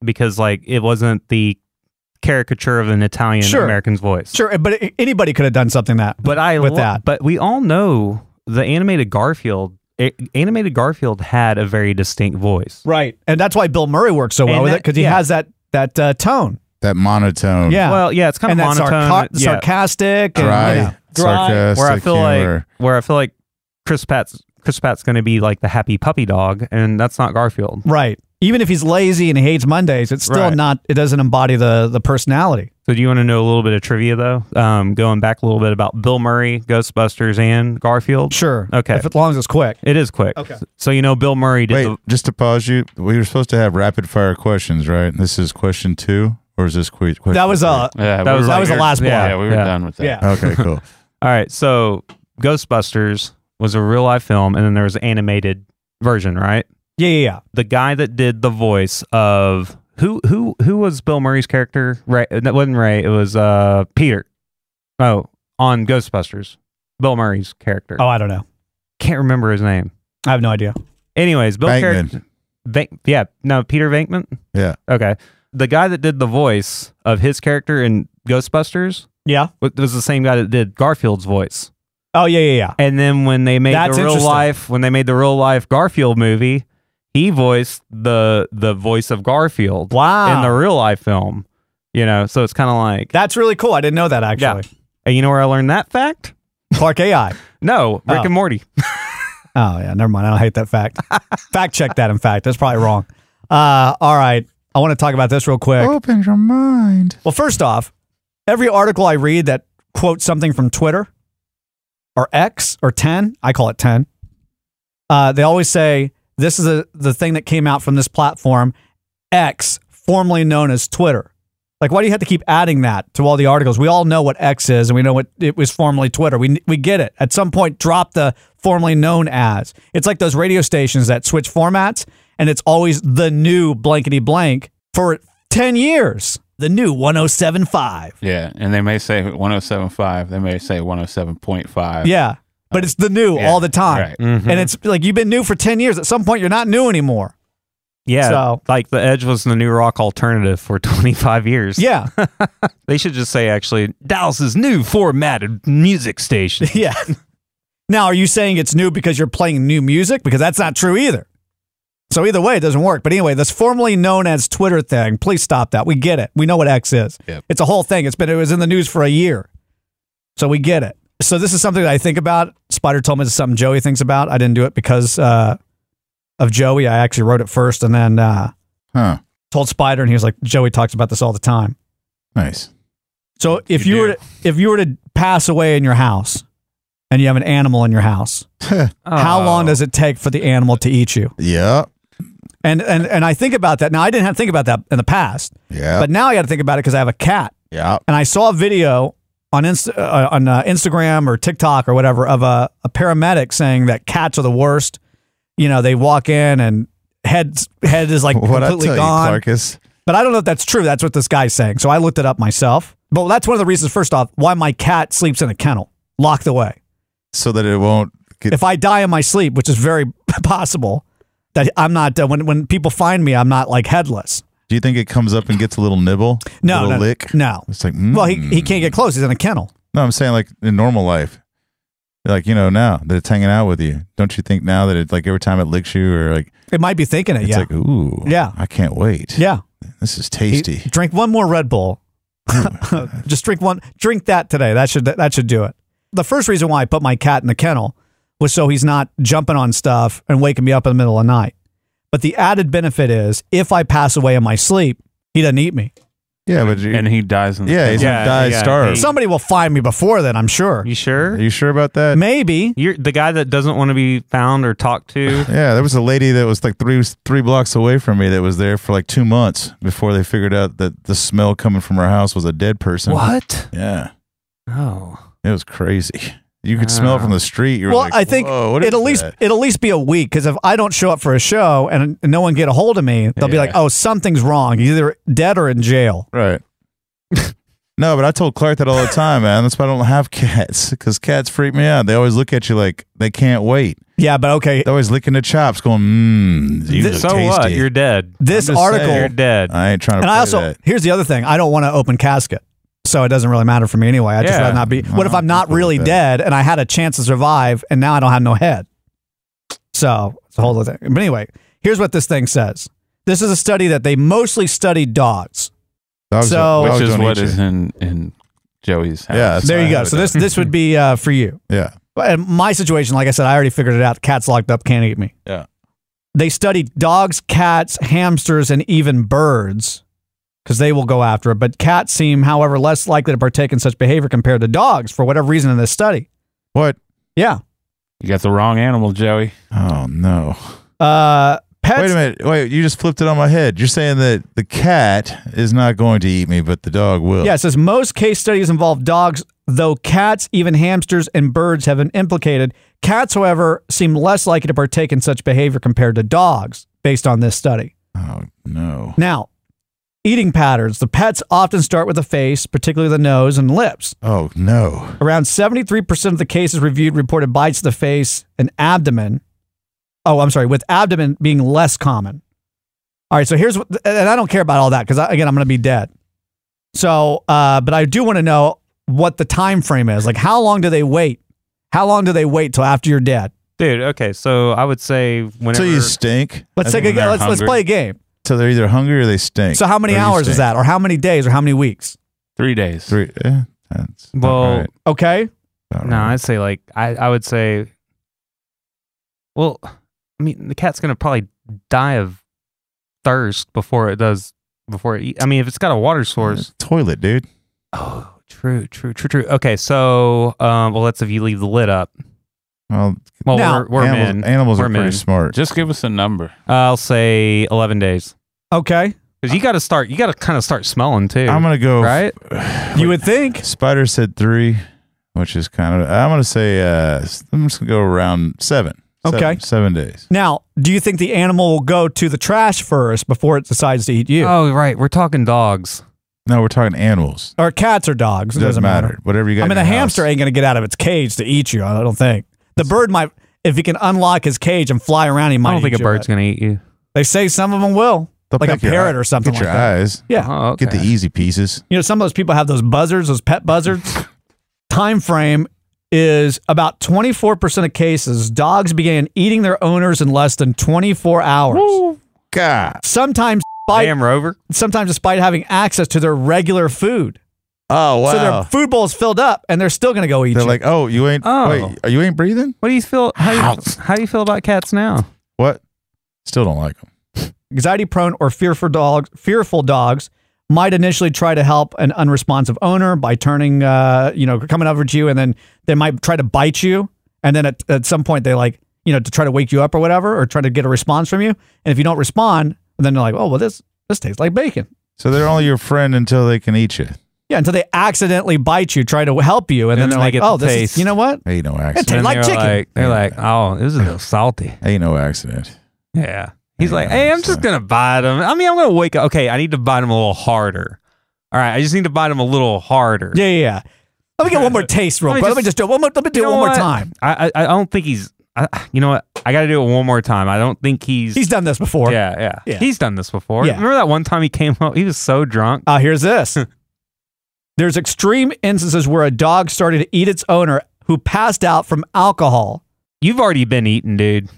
[SPEAKER 6] because like it wasn't the caricature of an Italian
[SPEAKER 4] Sure.
[SPEAKER 6] American's voice.
[SPEAKER 4] Sure, but i- anybody could have done something that.
[SPEAKER 6] But I
[SPEAKER 4] with
[SPEAKER 6] lo-
[SPEAKER 4] that.
[SPEAKER 6] But we all know the animated Garfield. a- animated Garfield had a very distinct voice.
[SPEAKER 4] Right. And that's why Bill Murray works so well
[SPEAKER 6] And
[SPEAKER 4] with it
[SPEAKER 6] that-
[SPEAKER 4] because he
[SPEAKER 6] yeah.
[SPEAKER 4] has that that uh, tone.
[SPEAKER 7] That monotone.
[SPEAKER 4] Yeah.
[SPEAKER 6] Well, yeah, it's kind
[SPEAKER 4] And
[SPEAKER 6] of
[SPEAKER 4] that sarca-
[SPEAKER 6] monotone. yeah.
[SPEAKER 4] sarcastic, and,
[SPEAKER 7] Dry,
[SPEAKER 4] you know,
[SPEAKER 7] sarcastic
[SPEAKER 6] Where I feel
[SPEAKER 7] humor.
[SPEAKER 6] like where I feel like Chris Pratt's Chris Pratt's going to be like the happy puppy dog, and that's not Garfield.
[SPEAKER 4] Right. Even if he's lazy and hates Mondays, it's still
[SPEAKER 6] Right.
[SPEAKER 4] not. It doesn't embody the the personality.
[SPEAKER 6] So do you want to know a little bit of trivia though? Um, going back a little bit about Bill Murray, Ghostbusters, and Garfield.
[SPEAKER 4] Sure.
[SPEAKER 6] Okay.
[SPEAKER 4] If as long as it's quick.
[SPEAKER 6] It is quick. Okay. So you know Bill Murray did.
[SPEAKER 7] Wait,
[SPEAKER 6] the,
[SPEAKER 7] just to pause you, we were supposed to have rapid fire questions, right? This is question two, or is this que- question?
[SPEAKER 4] That was, uh,
[SPEAKER 7] three?
[SPEAKER 4] Yeah, that we was- were- that was the last
[SPEAKER 6] yeah,
[SPEAKER 4] one.
[SPEAKER 6] yeah, we were done with that. Yeah.
[SPEAKER 7] Okay, cool.
[SPEAKER 6] all right. So Ghostbusters was a real life film, and then there was an animated version, right?
[SPEAKER 4] Yeah, yeah, yeah.
[SPEAKER 6] The guy that did the voice of who who who was Bill Murray's character? Ray? That wasn't Ray. It was uh Peter. Oh, on Ghostbusters, Bill Murray's character.
[SPEAKER 4] Oh, I don't know.
[SPEAKER 6] Can't remember his name.
[SPEAKER 4] I have no idea.
[SPEAKER 6] Anyways, Bill
[SPEAKER 7] Venkman.
[SPEAKER 6] Carrick- Van- yeah, no, Peter Venkman.
[SPEAKER 7] Yeah.
[SPEAKER 6] Okay, the guy that did the voice of his character in Ghostbusters.
[SPEAKER 4] Yeah.
[SPEAKER 6] wa- was the same guy that did Garfield's voice.
[SPEAKER 4] Oh yeah, yeah, yeah.
[SPEAKER 6] And then when they made
[SPEAKER 4] That's
[SPEAKER 6] the real
[SPEAKER 4] interesting.
[SPEAKER 6] life, when they made the real life Garfield movie, he voiced the the voice of Garfield.
[SPEAKER 4] Wow.
[SPEAKER 6] In the real life film, you know, so it's kind of like
[SPEAKER 4] That's really cool. I didn't know that actually.
[SPEAKER 6] And you know where I learned that fact?
[SPEAKER 4] Clark AI.
[SPEAKER 6] No, Rick
[SPEAKER 4] Oh.
[SPEAKER 6] and Morty.
[SPEAKER 4] Oh yeah, never mind. I don't hate that fact. fact check that. In fact, that's probably wrong. Uh, all right, I want to talk about this real quick.
[SPEAKER 7] Open your mind.
[SPEAKER 4] Well, first off, every article I read that quotes something from Twitter or X or 10, I call it 10, uh, they always say, This is a, the thing that came out from this platform, X, formerly known as Twitter. Like, why do you have to keep adding that to all the articles? We all know what X is and we know what it was formerly Twitter. We, we get it. At some point, drop the formerly known as. It's like those radio stations that switch formats and it's always the new blankety blank for 10 years. The new 1075.
[SPEAKER 5] Yeah, and they may say 107.5. They may say 107.5.
[SPEAKER 4] Yeah. But it's the new
[SPEAKER 5] Yeah,
[SPEAKER 4] all the time.
[SPEAKER 5] right.
[SPEAKER 7] Mm-hmm.
[SPEAKER 6] Mm-hmm.
[SPEAKER 5] Mhm.
[SPEAKER 4] And it's like you've been new for 10 years. At some point, you're not new anymore.
[SPEAKER 6] Yeah,
[SPEAKER 4] So-
[SPEAKER 6] like the Edge was the new rock alternative for 25 years.
[SPEAKER 4] Yeah.
[SPEAKER 6] they should just say actually Dallas's new formatted music station.
[SPEAKER 4] yeah. Now, are you saying it's new because you're playing new music? Because that's not true either. So either way, it doesn't work. But anyway, this formerly known as Twitter thing, please stop that. We get it. We know what X is. It's a whole thing. It's been it was in the news for a year. So we get it. So this is something that I think about. Spider told me this is something Joey thinks about. I didn't do it because uh, of Joey. I actually wrote it first and then uh,
[SPEAKER 7] Huh.
[SPEAKER 4] told Spider, and he was like, Joey talks about this all the time.
[SPEAKER 7] Nice.
[SPEAKER 4] So if you, were to, if you were to pass away in your house, and you have an animal in your house, how long does it take for the animal to eat you?
[SPEAKER 7] Yeah.
[SPEAKER 4] And and and I think about that now. I didn't have to think about that in the past.
[SPEAKER 7] Yeah.
[SPEAKER 4] But now I got to think about it because I have a cat.
[SPEAKER 7] Yeah.
[SPEAKER 4] And I saw a video on Insta, uh, on uh, Instagram or TikTok or whatever of a, a paramedic saying that cats are the worst. You know, they walk in and head head is like
[SPEAKER 7] What I tell
[SPEAKER 4] completely
[SPEAKER 7] you,
[SPEAKER 4] gone.
[SPEAKER 7] Clarkus.
[SPEAKER 4] But I don't know if that's true. That's what this guy's saying. So I looked it up myself. But that's one of the reasons, first off, why my cat sleeps in a kennel, locked away.
[SPEAKER 7] So that it won't get.
[SPEAKER 4] If I die in my sleep, which is very possible, that I'm not, uh, when, when people find me, I'm not like headless.
[SPEAKER 7] do you think it comes up and gets a little nibble?
[SPEAKER 4] No,
[SPEAKER 7] little
[SPEAKER 4] no,
[SPEAKER 7] lick.
[SPEAKER 4] no.
[SPEAKER 7] It's like mm.
[SPEAKER 4] Well, he, he can't get close. He's in a kennel.
[SPEAKER 7] No, I'm saying like in normal life, like you know now that it's hanging out with you. Don't you think now that it like every time it licks you or like
[SPEAKER 4] It might be thinking it,
[SPEAKER 7] it's
[SPEAKER 4] yeah.
[SPEAKER 7] like ooh
[SPEAKER 4] Yeah.
[SPEAKER 7] I can't wait.
[SPEAKER 4] yeah.
[SPEAKER 7] This is tasty.
[SPEAKER 4] Eat- drink one more Red Bull. Just drink one. Drink that today. That should that should do it. The first reason why I put my cat in the kennel was so he's not jumping on stuff and waking me up in the middle of the night. But the added benefit is if I pass away in my sleep, he doesn't eat me.
[SPEAKER 7] yeah, but you,
[SPEAKER 5] And he dies in the
[SPEAKER 7] yeah, he's
[SPEAKER 5] yeah,
[SPEAKER 7] gonna die
[SPEAKER 5] yeah,
[SPEAKER 7] starved.
[SPEAKER 5] he-
[SPEAKER 4] Somebody will find me before then, I'm sure.
[SPEAKER 6] You sure?
[SPEAKER 7] Are you sure about that?
[SPEAKER 4] Maybe.
[SPEAKER 6] You're the guy that doesn't want to be found or talked to.
[SPEAKER 7] Yeah, there was a lady that was like three three blocks away from me that was there for like two months before they figured out that the smell coming from her house was a dead person.
[SPEAKER 6] What?
[SPEAKER 7] Yeah.
[SPEAKER 6] Oh.
[SPEAKER 7] It was crazy. You could smell it from the street. You were
[SPEAKER 4] well,
[SPEAKER 7] like,
[SPEAKER 4] I think
[SPEAKER 7] "Whoa, what
[SPEAKER 4] it'll at
[SPEAKER 7] is
[SPEAKER 4] least
[SPEAKER 7] that?"
[SPEAKER 4] it'll at least be a week because if I don't show up for a show and no one get a hold of me, they'll be like, "Oh, something's wrong. He's either dead or in jail."
[SPEAKER 7] Right. No, but I told Clark that all the time, man. That's why I don't have cats because cats freak me out. They always look at you like they can't wait.
[SPEAKER 4] Yeah, but okay.
[SPEAKER 7] They're always licking the chops, going, mmm. You
[SPEAKER 4] Th-
[SPEAKER 7] look
[SPEAKER 4] so
[SPEAKER 7] tasty.
[SPEAKER 4] what? You're
[SPEAKER 6] dead.
[SPEAKER 4] This
[SPEAKER 7] I'm just
[SPEAKER 4] article-
[SPEAKER 7] saying.
[SPEAKER 4] You're dead.
[SPEAKER 7] I ain't trying to.
[SPEAKER 4] And I
[SPEAKER 7] play
[SPEAKER 4] also
[SPEAKER 7] that.
[SPEAKER 4] here's the other thing: I don't want to open casket, so it doesn't really matter for me anyway. I just
[SPEAKER 7] Yeah.
[SPEAKER 4] rather not be. What if
[SPEAKER 7] Oh,
[SPEAKER 4] I'm not really dead and I had a chance to survive, and now I don't have no head? So it's a whole other thing. But anyway, here's what this thing says. This is a study that they mostly studied dogs.
[SPEAKER 7] Dogs
[SPEAKER 4] so
[SPEAKER 5] which is what is in in Joey's house.
[SPEAKER 7] Yeah,
[SPEAKER 4] there you go. So this this would be uh, for you.
[SPEAKER 7] Yeah.
[SPEAKER 4] And my situation, like I said, I already figured it out. Cat's locked up, can't eat me.
[SPEAKER 7] Yeah.
[SPEAKER 4] They studied dogs, cats, hamsters, and even birds because they will go after it. But cats seem, however, less likely to partake in such behavior compared to dogs for whatever reason in this study.
[SPEAKER 7] What?
[SPEAKER 4] Yeah.
[SPEAKER 5] You got the wrong animal, Joey.
[SPEAKER 7] Oh no.
[SPEAKER 4] Uh,
[SPEAKER 7] Wait a minute. Wait, you just flipped it on my head. You're saying that the cat is not going to eat me, but the dog will.
[SPEAKER 4] Yeah, it says most case studies involve dogs, though cats, even hamsters, and birds have been implicated. Cats, however, seem less likely to partake in such behavior compared to dogs based on this study.
[SPEAKER 7] Oh, No.
[SPEAKER 4] Now, eating patterns. The pets often start with the face, particularly the nose and lips.
[SPEAKER 7] Oh no.
[SPEAKER 4] Around 73% of the cases reviewed reported bites to the face and abdomen. Oh, I'm sorry, with abdomen being less common. All right, so here's what, and I don't care about all that because again, I'm going to be dead. So, uh, but I do want to know what the time frame is. Like, how long do they wait? How long do they wait till after you're dead?
[SPEAKER 6] Dude, okay, so I would say whenever
[SPEAKER 7] you stink.
[SPEAKER 4] Let's take a
[SPEAKER 6] game.
[SPEAKER 4] let's let's play a game.
[SPEAKER 7] So they're either hungry or they stink.
[SPEAKER 4] So, how many
[SPEAKER 7] Or you
[SPEAKER 4] hours is
[SPEAKER 7] stink.
[SPEAKER 4] that, or how many days, or how many weeks?
[SPEAKER 5] Three days.
[SPEAKER 7] Three. Yeah, that's about
[SPEAKER 6] Well,
[SPEAKER 7] right.
[SPEAKER 4] Okay.
[SPEAKER 6] no, I'd say like I, I would say. Well, I mean, the cat's gonna probably die of thirst before it does. Before it, eat. I mean, if it's got a water source,
[SPEAKER 7] toilet, dude.
[SPEAKER 6] Oh, true, true, true, true. Okay, so um, well, that's if you leave the lid up.
[SPEAKER 7] Well,
[SPEAKER 6] well,
[SPEAKER 4] Now-
[SPEAKER 6] we're, we're
[SPEAKER 7] animals-
[SPEAKER 6] men.
[SPEAKER 7] animals are
[SPEAKER 6] We're
[SPEAKER 7] pretty
[SPEAKER 6] men.
[SPEAKER 7] smart.
[SPEAKER 5] Just give us a number.
[SPEAKER 6] I'll say eleven days.
[SPEAKER 4] Okay.
[SPEAKER 6] Because you got to start, you got to kind of start smelling too.
[SPEAKER 7] I'm gonna go
[SPEAKER 6] right.
[SPEAKER 4] you would think.
[SPEAKER 7] Spider said three, which is kind of. I'm gonna say. Uh, I'm just gonna go around seven.
[SPEAKER 4] Okay.
[SPEAKER 7] Seven, seven days.
[SPEAKER 4] Now, do you think the animal will go to the trash first before it decides to eat you?
[SPEAKER 6] Oh, right. We're talking dogs.
[SPEAKER 7] No, we're talking animals.
[SPEAKER 4] Or cats or dogs. It doesn't,
[SPEAKER 7] Doesn't
[SPEAKER 4] matter.
[SPEAKER 7] matter. Whatever you got
[SPEAKER 4] I
[SPEAKER 7] in
[SPEAKER 4] mean, a
[SPEAKER 7] your
[SPEAKER 4] hamster ain't going to get out of its cage to eat you. I don't think. The bird might, if he can unlock his cage and fly around, he might.
[SPEAKER 6] I don't think
[SPEAKER 4] eat
[SPEAKER 6] a
[SPEAKER 4] you,
[SPEAKER 6] bird's
[SPEAKER 4] but
[SPEAKER 6] gonna eat you.
[SPEAKER 4] They say some of them will,
[SPEAKER 7] They'll
[SPEAKER 4] like a
[SPEAKER 7] pick your
[SPEAKER 4] parrot
[SPEAKER 7] eye-
[SPEAKER 4] or something
[SPEAKER 7] Get
[SPEAKER 4] like
[SPEAKER 7] your
[SPEAKER 4] that.
[SPEAKER 7] eyes.
[SPEAKER 4] Yeah.
[SPEAKER 6] Oh,
[SPEAKER 7] Get the easy pieces.
[SPEAKER 4] You know, some of those people have those buzzards, those pet buzzards. Time frame is about 24% of cases dogs began eating their owners in less than 24 hours.
[SPEAKER 7] God.
[SPEAKER 4] Sometimes despite,
[SPEAKER 6] Damn rover.
[SPEAKER 4] Sometimes despite having access to their regular food.
[SPEAKER 7] Oh wow.
[SPEAKER 4] So their food bowl's filled up and they're still going to go eat
[SPEAKER 7] They're
[SPEAKER 4] you.
[SPEAKER 7] like, oh, you ain't.
[SPEAKER 6] Oh.
[SPEAKER 7] Wait, you ain't breathing?
[SPEAKER 6] What do you feel? How do you, how do you feel about cats now?
[SPEAKER 7] What? Still don't like them.
[SPEAKER 4] anxiety prone or fearful dogs fearful dogs might initially try to help an unresponsive owner by turning uh, you know coming over to you and then they might try to bite you and then at, at some point they like you know to try to wake you up or whatever or try to get a response from you and if you don't respond then they're like oh well this this tastes like bacon
[SPEAKER 7] So they're only your friend until they can eat you.
[SPEAKER 4] yeah until they accidentally bite you try to help you and,
[SPEAKER 6] And
[SPEAKER 4] then
[SPEAKER 6] they
[SPEAKER 4] they're
[SPEAKER 6] get
[SPEAKER 4] like oh
[SPEAKER 6] the
[SPEAKER 4] this is-
[SPEAKER 6] taste.
[SPEAKER 4] you know what
[SPEAKER 7] Ain't no
[SPEAKER 4] it
[SPEAKER 7] accident.
[SPEAKER 4] tastes like
[SPEAKER 6] they're
[SPEAKER 4] chicken
[SPEAKER 6] like, they're like, oh, this is a little salty.
[SPEAKER 7] Ain't no accident.
[SPEAKER 6] Yeah. He's like, hey, I'm just gonna bite him. I mean, I'm gonna wake up. Okay, I need to bite him a little harder. All right, I just need to bite him a little harder.
[SPEAKER 4] yeah yeah yeah let me get one more taste real
[SPEAKER 6] Let me
[SPEAKER 4] quick let me just
[SPEAKER 6] just-
[SPEAKER 4] do it one more let me do
[SPEAKER 6] You
[SPEAKER 4] it
[SPEAKER 6] know
[SPEAKER 4] one more
[SPEAKER 6] what?
[SPEAKER 4] time
[SPEAKER 6] I, I I don't think he's. I, you know what? I got to do it one more time. I don't think he's.
[SPEAKER 4] he's done this before
[SPEAKER 6] Yeah, yeah,
[SPEAKER 4] Yeah.
[SPEAKER 6] He's done this before.
[SPEAKER 4] Yeah.
[SPEAKER 6] Remember that one time he came up? He was so drunk.
[SPEAKER 4] Ah, here's this. There's extreme instances where a dog started to eat its owner who passed out from alcohol.
[SPEAKER 6] You've already been eaten, dude.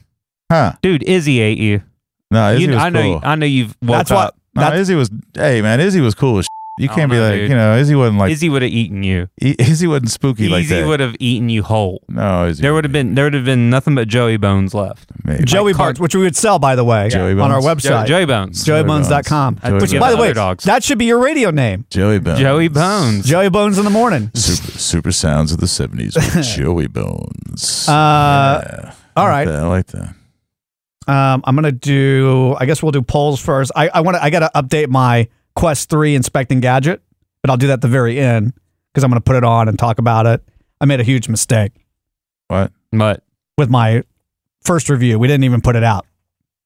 [SPEAKER 7] Huh?
[SPEAKER 6] Dude, Izzy ate you.
[SPEAKER 7] No, Izzy
[SPEAKER 6] you
[SPEAKER 7] was
[SPEAKER 6] I know.
[SPEAKER 7] cool.
[SPEAKER 6] I know you've woke
[SPEAKER 4] That's why-
[SPEAKER 6] up.
[SPEAKER 7] No,
[SPEAKER 4] That's- Oh,
[SPEAKER 7] Izzy was. Hey, man, Izzy was cool as. Shit. You
[SPEAKER 6] I
[SPEAKER 7] can't
[SPEAKER 6] don't
[SPEAKER 7] be
[SPEAKER 6] know,
[SPEAKER 7] like,
[SPEAKER 6] dude.
[SPEAKER 7] you know, Izzy wasn't like.
[SPEAKER 6] Izzy would have eaten you.
[SPEAKER 7] I- E-, Izzy wasn't spooky like
[SPEAKER 6] Izzy
[SPEAKER 7] that.
[SPEAKER 6] would have eaten you whole.
[SPEAKER 7] no, Izzy.
[SPEAKER 6] There would have been there would have been nothing but Joey bones left.
[SPEAKER 7] Maybe.
[SPEAKER 4] Joey Bones, which we would sell, by the way,
[SPEAKER 7] Joey
[SPEAKER 4] on our
[SPEAKER 7] Bones?
[SPEAKER 4] website.
[SPEAKER 6] Jo- Joey Bones.
[SPEAKER 4] JoeyBones.com.
[SPEAKER 7] Joey
[SPEAKER 4] which,
[SPEAKER 7] Bones.
[SPEAKER 4] by the way,
[SPEAKER 6] Underdogs.
[SPEAKER 4] that should be your radio name.
[SPEAKER 7] Joey Bones.
[SPEAKER 6] Joey Bones.
[SPEAKER 4] Joey Bones in the morning.
[SPEAKER 7] Super, super sounds of the seventies with Joey Bones.
[SPEAKER 4] Uh, all
[SPEAKER 7] I like
[SPEAKER 4] right.
[SPEAKER 7] that. I like that.
[SPEAKER 4] Um, I'm gonna do. I guess we'll do polls first. I, I want to. I gotta update my Quest Three Inspecting Gadget, but I'll do that at the very end because I'm going to put it on and talk about it. I made a huge mistake.
[SPEAKER 7] What?
[SPEAKER 6] What?
[SPEAKER 4] With my first review, we didn't even put it out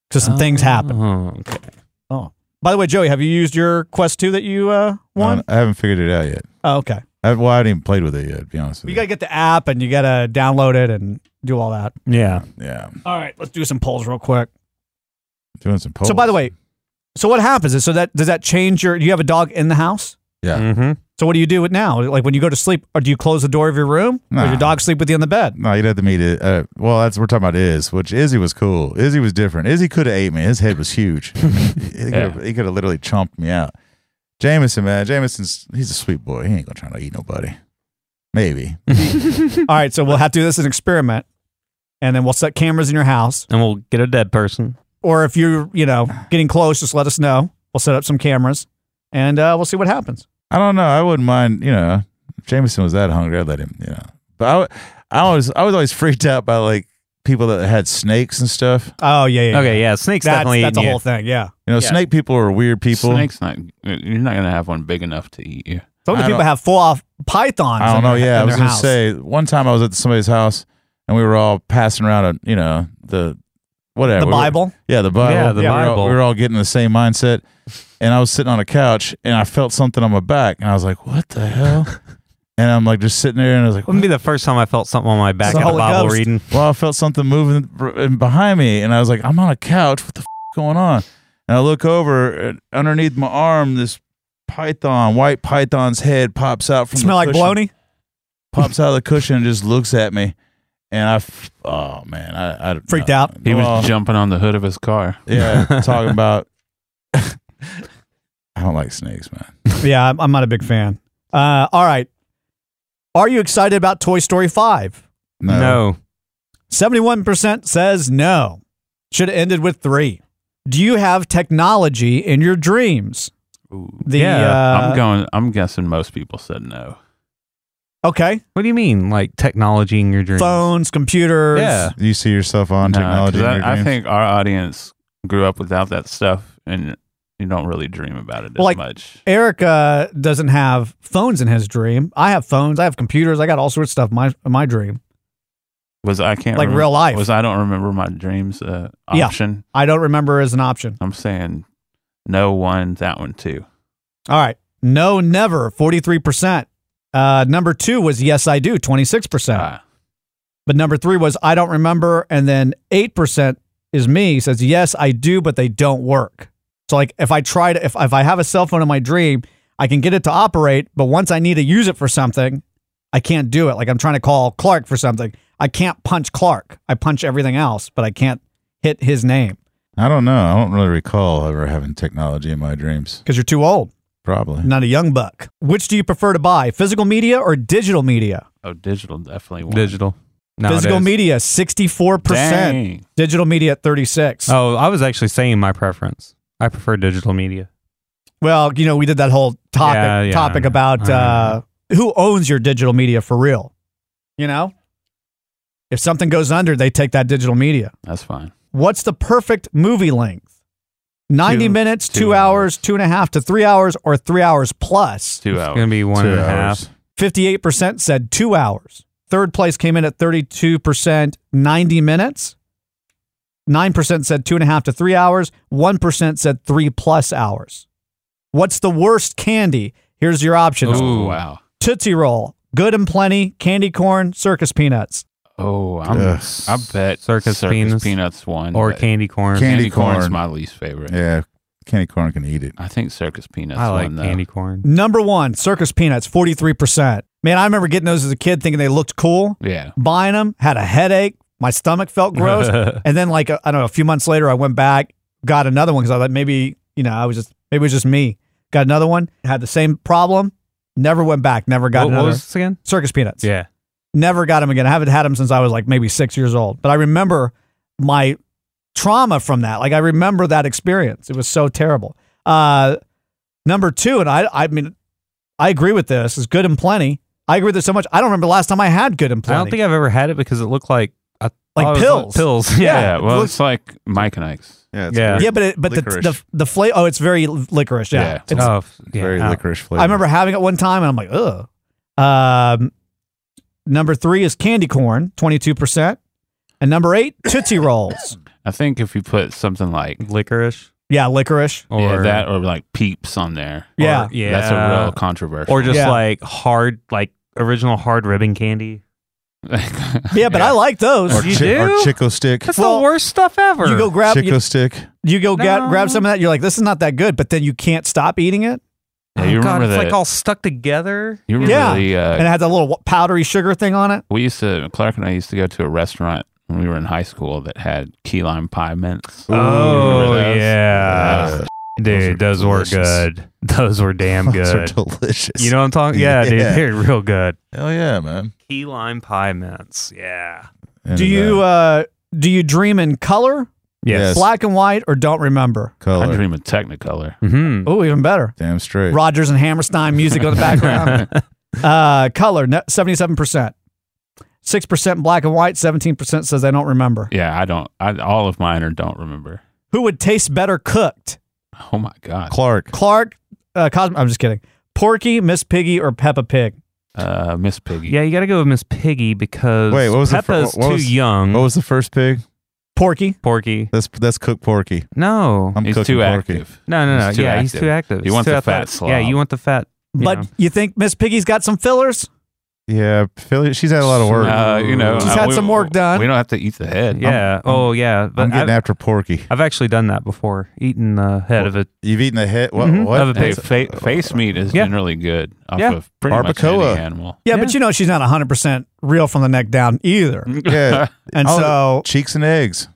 [SPEAKER 4] because some things happened.
[SPEAKER 6] Okay.
[SPEAKER 4] Oh. By the way, Joey, have you used your Quest 2 that you uh, won?
[SPEAKER 7] I haven't figured it out yet.
[SPEAKER 4] oh, okay.
[SPEAKER 7] I, well, I haven't even played with it yet, to be honest with
[SPEAKER 4] You got to get the app and you got to download it and do all that.
[SPEAKER 6] Yeah.
[SPEAKER 7] Yeah.
[SPEAKER 4] All right, let's do some polls real quick.
[SPEAKER 7] you. Doing some polls.
[SPEAKER 4] So, by the way, so what happens is so that does that change your? Do you have a dog in the house?
[SPEAKER 7] Yeah.
[SPEAKER 4] So what do you do with now? Like when you go to sleep, or do you close the door of your room? Or does
[SPEAKER 7] Nah.
[SPEAKER 4] your dog sleep with you on the bed?
[SPEAKER 7] No, you'd have to meet it. Uh, well, that's we're talking about Iz, which Izzy was cool. Izzy was different. Izzy could have ate me. His head was huge. he could have literally chomped me out. Jameson, man, Jameson's he's a sweet boy. He ain't gonna try to eat nobody. Maybe.
[SPEAKER 4] all right, so we'll have to do this as an experiment, and then we'll set cameras in your house.
[SPEAKER 6] And we'll get a dead person.
[SPEAKER 4] Or if you're, you know, getting close, just let us know. We'll set up some cameras, and uh, we'll see what happens.
[SPEAKER 7] I don't know. I wouldn't mind. You know, if Jameson was that hungry. I'd let him. You know, but I, would- I was I was always freaked out by like people that had snakes and stuff.
[SPEAKER 4] Oh yeah, yeah.
[SPEAKER 6] Okay, yeah, snakes
[SPEAKER 4] That's-
[SPEAKER 6] definitely
[SPEAKER 4] that's
[SPEAKER 6] eating
[SPEAKER 4] a
[SPEAKER 6] you.
[SPEAKER 4] whole thing. Yeah.
[SPEAKER 7] You know,
[SPEAKER 5] Yeah.
[SPEAKER 7] snake people are weird people.
[SPEAKER 5] Snake's not. You're not gonna have one big enough to eat you.
[SPEAKER 4] Some of the
[SPEAKER 7] I
[SPEAKER 4] people
[SPEAKER 7] don't-
[SPEAKER 4] have full off pythons.
[SPEAKER 7] I don't
[SPEAKER 4] in
[SPEAKER 7] know.
[SPEAKER 4] their-
[SPEAKER 7] Yeah, I
[SPEAKER 4] in
[SPEAKER 7] was
[SPEAKER 4] their
[SPEAKER 7] gonna
[SPEAKER 4] house.
[SPEAKER 7] say one time I was at somebody's house and we were all passing around a you know the whatever
[SPEAKER 4] The
[SPEAKER 7] we were-
[SPEAKER 4] Bible?
[SPEAKER 7] yeah, the Bible.
[SPEAKER 6] Yeah, the
[SPEAKER 7] We were all-
[SPEAKER 6] Bible.
[SPEAKER 7] we were all getting the same mindset, and I was sitting on a couch and I felt something on my back and I was like, "What the hell?" and I'm like just sitting there and I was like,
[SPEAKER 6] Wouldn't be the first time I felt something on my
[SPEAKER 7] It's
[SPEAKER 6] back
[SPEAKER 7] the
[SPEAKER 6] at a
[SPEAKER 7] Holy
[SPEAKER 6] Bible
[SPEAKER 7] Ghost.
[SPEAKER 6] reading.
[SPEAKER 7] Well, I felt something moving r- in behind me, and I was like, "I'm on a couch. What the f- going on?" And I look over and underneath my arm. This python, white python's head, pops out from.
[SPEAKER 4] Smell
[SPEAKER 7] the
[SPEAKER 4] like
[SPEAKER 7] cushion,
[SPEAKER 4] baloney?
[SPEAKER 7] Pops out of the cushion and just looks at me, and I, f- oh man, I, I
[SPEAKER 4] Freaked
[SPEAKER 7] I-
[SPEAKER 4] out?
[SPEAKER 5] He
[SPEAKER 7] well,
[SPEAKER 5] was jumping on the hood of his car.
[SPEAKER 7] Yeah, talking about. I don't like snakes, man.
[SPEAKER 4] yeah, I'm, I'm not a big fan. Uh, all right. Are you excited about Toy Story 5?
[SPEAKER 7] No.
[SPEAKER 4] 71% says no. Should have ended with three. Do you have technology in your dreams? The, uh,
[SPEAKER 5] I'm going. I'm guessing most people said no.
[SPEAKER 4] Okay.
[SPEAKER 6] What do you mean, like technology in your dreams?
[SPEAKER 4] Phones, computers.
[SPEAKER 6] Yeah.
[SPEAKER 7] Do you see yourself on
[SPEAKER 5] Nah,
[SPEAKER 7] technology?
[SPEAKER 5] 'cause
[SPEAKER 7] in
[SPEAKER 5] I,
[SPEAKER 7] your
[SPEAKER 5] I
[SPEAKER 7] dreams?
[SPEAKER 5] think our audience grew up without that stuff, and you don't really dream about it as
[SPEAKER 4] Well, like
[SPEAKER 5] much.
[SPEAKER 4] Erica doesn't have phones in his dream. I have phones. I have computers. I got all sorts of stuff in my, in my dream.
[SPEAKER 5] Was I can't
[SPEAKER 4] like
[SPEAKER 5] remem-
[SPEAKER 4] real life.
[SPEAKER 5] Was I don't remember my dreams uh,
[SPEAKER 4] Yeah.
[SPEAKER 5] option?
[SPEAKER 4] I don't remember as an option.
[SPEAKER 5] I'm saying no one, that one too.
[SPEAKER 4] All right. No, never, 43%. Uh, number two was yes, I do, 26%. But number three was I don't remember. And then 8% is me says, yes, I do, but they don't work. So, like, if I try to, if, if I have a cell phone in my dream, I can get it to operate. But once I need to use it for something, I can't do it. Like, I'm trying to call Clark for something. I can't punch Clark. I punch everything else, but I can't hit his name
[SPEAKER 7] I don't know. I don't really recall ever having technology in my dreams.
[SPEAKER 4] because you're too old,
[SPEAKER 7] Probably.
[SPEAKER 4] not a young buck. Which do you prefer to buy, physical media or digital media?
[SPEAKER 5] Oh, digital definitely. Won.
[SPEAKER 6] Digital.
[SPEAKER 4] Physical
[SPEAKER 6] Nowadays.
[SPEAKER 4] media, 64%.
[SPEAKER 5] Dang.
[SPEAKER 4] Digital media at 36.
[SPEAKER 6] Oh, I was actually saying my preference. I prefer digital media.
[SPEAKER 4] Well, you know, we did that whole topic
[SPEAKER 6] Yeah, yeah, I
[SPEAKER 4] topic
[SPEAKER 6] know.
[SPEAKER 4] about
[SPEAKER 6] I
[SPEAKER 4] uh, who owns your digital media for real. You know, if something goes under, they take that digital media.
[SPEAKER 5] That's fine.
[SPEAKER 4] What's the perfect movie length? 90
[SPEAKER 5] Two-
[SPEAKER 4] minutes, two,
[SPEAKER 5] two
[SPEAKER 4] hours, two and a half to three hours, or three hours plus.
[SPEAKER 5] Two
[SPEAKER 6] It's
[SPEAKER 5] hours.
[SPEAKER 6] gonna be one
[SPEAKER 5] Oh, Two
[SPEAKER 6] and a half.
[SPEAKER 5] hours.
[SPEAKER 4] 58% said two hours. Third place came in at 32%, 90 minutes. 9% said two and a half to three hours. 1% said three plus hours. What's the worst candy? Here's your options
[SPEAKER 5] Oh wow.
[SPEAKER 4] Tootsie Roll, Good and Plenty, Candy Corn, Circus Peanuts.
[SPEAKER 5] Oh, I'm,
[SPEAKER 7] Ugh.
[SPEAKER 5] I bet
[SPEAKER 6] Circus peanuts.
[SPEAKER 5] peanuts won
[SPEAKER 6] Or
[SPEAKER 5] but
[SPEAKER 6] candy corn.
[SPEAKER 7] Candy
[SPEAKER 5] Candy corn's
[SPEAKER 7] corn.
[SPEAKER 5] my least favorite.
[SPEAKER 7] Yeah, candy corn can eat it.
[SPEAKER 5] I think circus peanuts.
[SPEAKER 6] I like
[SPEAKER 5] won, though.
[SPEAKER 6] candy corn.
[SPEAKER 4] Number one, Circus Peanuts, 43%. Man, I remember getting those as a kid thinking they looked cool.
[SPEAKER 5] Yeah.
[SPEAKER 4] buying them, had a headache. My stomach felt gross. and then, like, uh, I don't know, a few months later, I went back, got another one because I thought maybe, you know, I was just, maybe it was just me. Got another one, had the same problem, never went back, never got
[SPEAKER 6] What, what
[SPEAKER 4] another.
[SPEAKER 6] was this again?
[SPEAKER 4] Circus peanuts.
[SPEAKER 6] Yeah.
[SPEAKER 4] Never got them again. I haven't had them since I was like maybe six years old. But I remember my trauma from that. Like I remember that experience. It was so terrible. Uh, number two, and I, I mean, I agree with this. Is good and plenty. I agree with this so much. I don't remember the last time I had good and
[SPEAKER 6] I
[SPEAKER 4] plenty.
[SPEAKER 6] don't think I've ever had it because it looked like I
[SPEAKER 4] Like
[SPEAKER 6] thought it was
[SPEAKER 4] pills.
[SPEAKER 6] pills. Yeah.
[SPEAKER 5] Yeah. Well,
[SPEAKER 4] look-
[SPEAKER 5] it's like Mike and Ike's.
[SPEAKER 7] Yeah,
[SPEAKER 6] Yeah.
[SPEAKER 4] Yeah, but it, but the,
[SPEAKER 7] Licorice.
[SPEAKER 4] the the flavor. Oh, it's very licorice. Yeah.
[SPEAKER 5] Yeah.
[SPEAKER 4] It's-
[SPEAKER 6] Oh, f- yeah.
[SPEAKER 7] very
[SPEAKER 6] Ow.
[SPEAKER 7] licorice flavor.
[SPEAKER 4] I remember having it one time, and I'm like, ugh. Um, number three is candy corn, 22%. And number eight, Tootsie Rolls.
[SPEAKER 5] I think if you put something like
[SPEAKER 6] licorice
[SPEAKER 4] Yeah, licorice.
[SPEAKER 5] or that or like peeps on there,
[SPEAKER 4] Yeah.
[SPEAKER 5] Or- that's a real controversial.
[SPEAKER 6] Or just
[SPEAKER 5] Yeah.
[SPEAKER 6] like hard, like original hard ribbon candy.
[SPEAKER 4] Yeah, but I like those.
[SPEAKER 7] Or,
[SPEAKER 6] You
[SPEAKER 7] chi- or
[SPEAKER 6] do?
[SPEAKER 7] Chico stick.
[SPEAKER 6] That's the worst stuff ever.
[SPEAKER 4] You go grab
[SPEAKER 7] Chico
[SPEAKER 4] you,
[SPEAKER 7] stick.
[SPEAKER 4] you go ga-
[SPEAKER 6] No.
[SPEAKER 4] grab some of that. You're like, this is not that good, but then you can't stop eating it.
[SPEAKER 5] Yeah, you
[SPEAKER 6] Oh, God,
[SPEAKER 5] remember
[SPEAKER 6] it's
[SPEAKER 5] that?
[SPEAKER 6] like all stuck together.
[SPEAKER 5] you remember
[SPEAKER 4] yeah,
[SPEAKER 5] the? Uh,
[SPEAKER 4] and it had that little powdery sugar thing on it.
[SPEAKER 5] we used to Clark and I used to go to a restaurant when we were in high school that had key lime pie mints.
[SPEAKER 6] Oh
[SPEAKER 5] Remember those?
[SPEAKER 6] yeah, dude, those, were good. Those were damn
[SPEAKER 7] Those are
[SPEAKER 6] good.
[SPEAKER 7] delicious.
[SPEAKER 6] You know what I'm talking? Yeah,
[SPEAKER 7] Yeah.
[SPEAKER 6] dude, they're real good.
[SPEAKER 7] Hell yeah, man.
[SPEAKER 6] Key lime pie mints. Yeah.
[SPEAKER 4] Do you uh, do you dream in color?
[SPEAKER 7] Yes.
[SPEAKER 4] black and white, or don't remember?
[SPEAKER 7] color?
[SPEAKER 5] I dream of Technicolor.
[SPEAKER 6] Mm-hmm.
[SPEAKER 4] Oh, even better.
[SPEAKER 7] Damn straight.
[SPEAKER 4] Rogers and Hammerstein music on the background. uh, color, seventy-seven percent. Six percent black and white. Seventeen percent says they don't remember.
[SPEAKER 5] Yeah, I don't. I all of mine are don't remember.
[SPEAKER 4] Who would taste better cooked?
[SPEAKER 5] Oh my god,
[SPEAKER 7] Clark.
[SPEAKER 4] Clark, uh, Cosmo. I'm just kidding. Porky, Miss Piggy, or Peppa Pig.
[SPEAKER 5] Uh, Miss Piggy.
[SPEAKER 6] Yeah, you got to go with Miss Piggy because
[SPEAKER 7] Wait, what was the fir-
[SPEAKER 6] Peppa's
[SPEAKER 7] what
[SPEAKER 6] too
[SPEAKER 7] was-
[SPEAKER 6] young.
[SPEAKER 7] What was the first pig?
[SPEAKER 4] Porky.
[SPEAKER 6] Porky.
[SPEAKER 7] That's that's cook porky.
[SPEAKER 6] No.
[SPEAKER 7] I'm
[SPEAKER 5] He's
[SPEAKER 7] cooking
[SPEAKER 5] too
[SPEAKER 7] porky.
[SPEAKER 5] active.
[SPEAKER 6] no, no, no.
[SPEAKER 5] He's too
[SPEAKER 6] yeah, he's
[SPEAKER 5] active.
[SPEAKER 6] too active.
[SPEAKER 5] You
[SPEAKER 6] He's
[SPEAKER 5] want
[SPEAKER 6] too
[SPEAKER 5] the
[SPEAKER 6] athletic.
[SPEAKER 5] fat
[SPEAKER 6] Yeah,
[SPEAKER 5] slob.
[SPEAKER 6] you want the fat. you
[SPEAKER 4] But
[SPEAKER 6] know.
[SPEAKER 4] you think Miss Piggy's got some fillers?
[SPEAKER 7] Yeah, Philly. She's had a lot of work.
[SPEAKER 5] Uh, you know,
[SPEAKER 4] She's
[SPEAKER 5] uh,
[SPEAKER 4] had
[SPEAKER 5] we-
[SPEAKER 4] some work done.
[SPEAKER 5] We don't have to eat the head. Um,
[SPEAKER 6] yeah. oh, yeah. But
[SPEAKER 7] I'm getting
[SPEAKER 6] I've,
[SPEAKER 7] after porky.
[SPEAKER 6] I've actually done that before. Eaten the head of a
[SPEAKER 7] You've eaten the head. What?
[SPEAKER 4] Mm-hmm.
[SPEAKER 6] Mhm.
[SPEAKER 7] what?
[SPEAKER 6] Of a
[SPEAKER 5] Hey,
[SPEAKER 6] pig.
[SPEAKER 5] fa- face meat is
[SPEAKER 6] Yeah.
[SPEAKER 5] generally good off
[SPEAKER 6] Yeah.
[SPEAKER 5] of pretty much
[SPEAKER 7] Barbacoa.
[SPEAKER 5] any animal.
[SPEAKER 4] Yeah, but you know she's not 100% real from the neck down either.
[SPEAKER 7] Yeah.
[SPEAKER 4] And
[SPEAKER 7] Oh,
[SPEAKER 4] so
[SPEAKER 7] cheeks and eggs.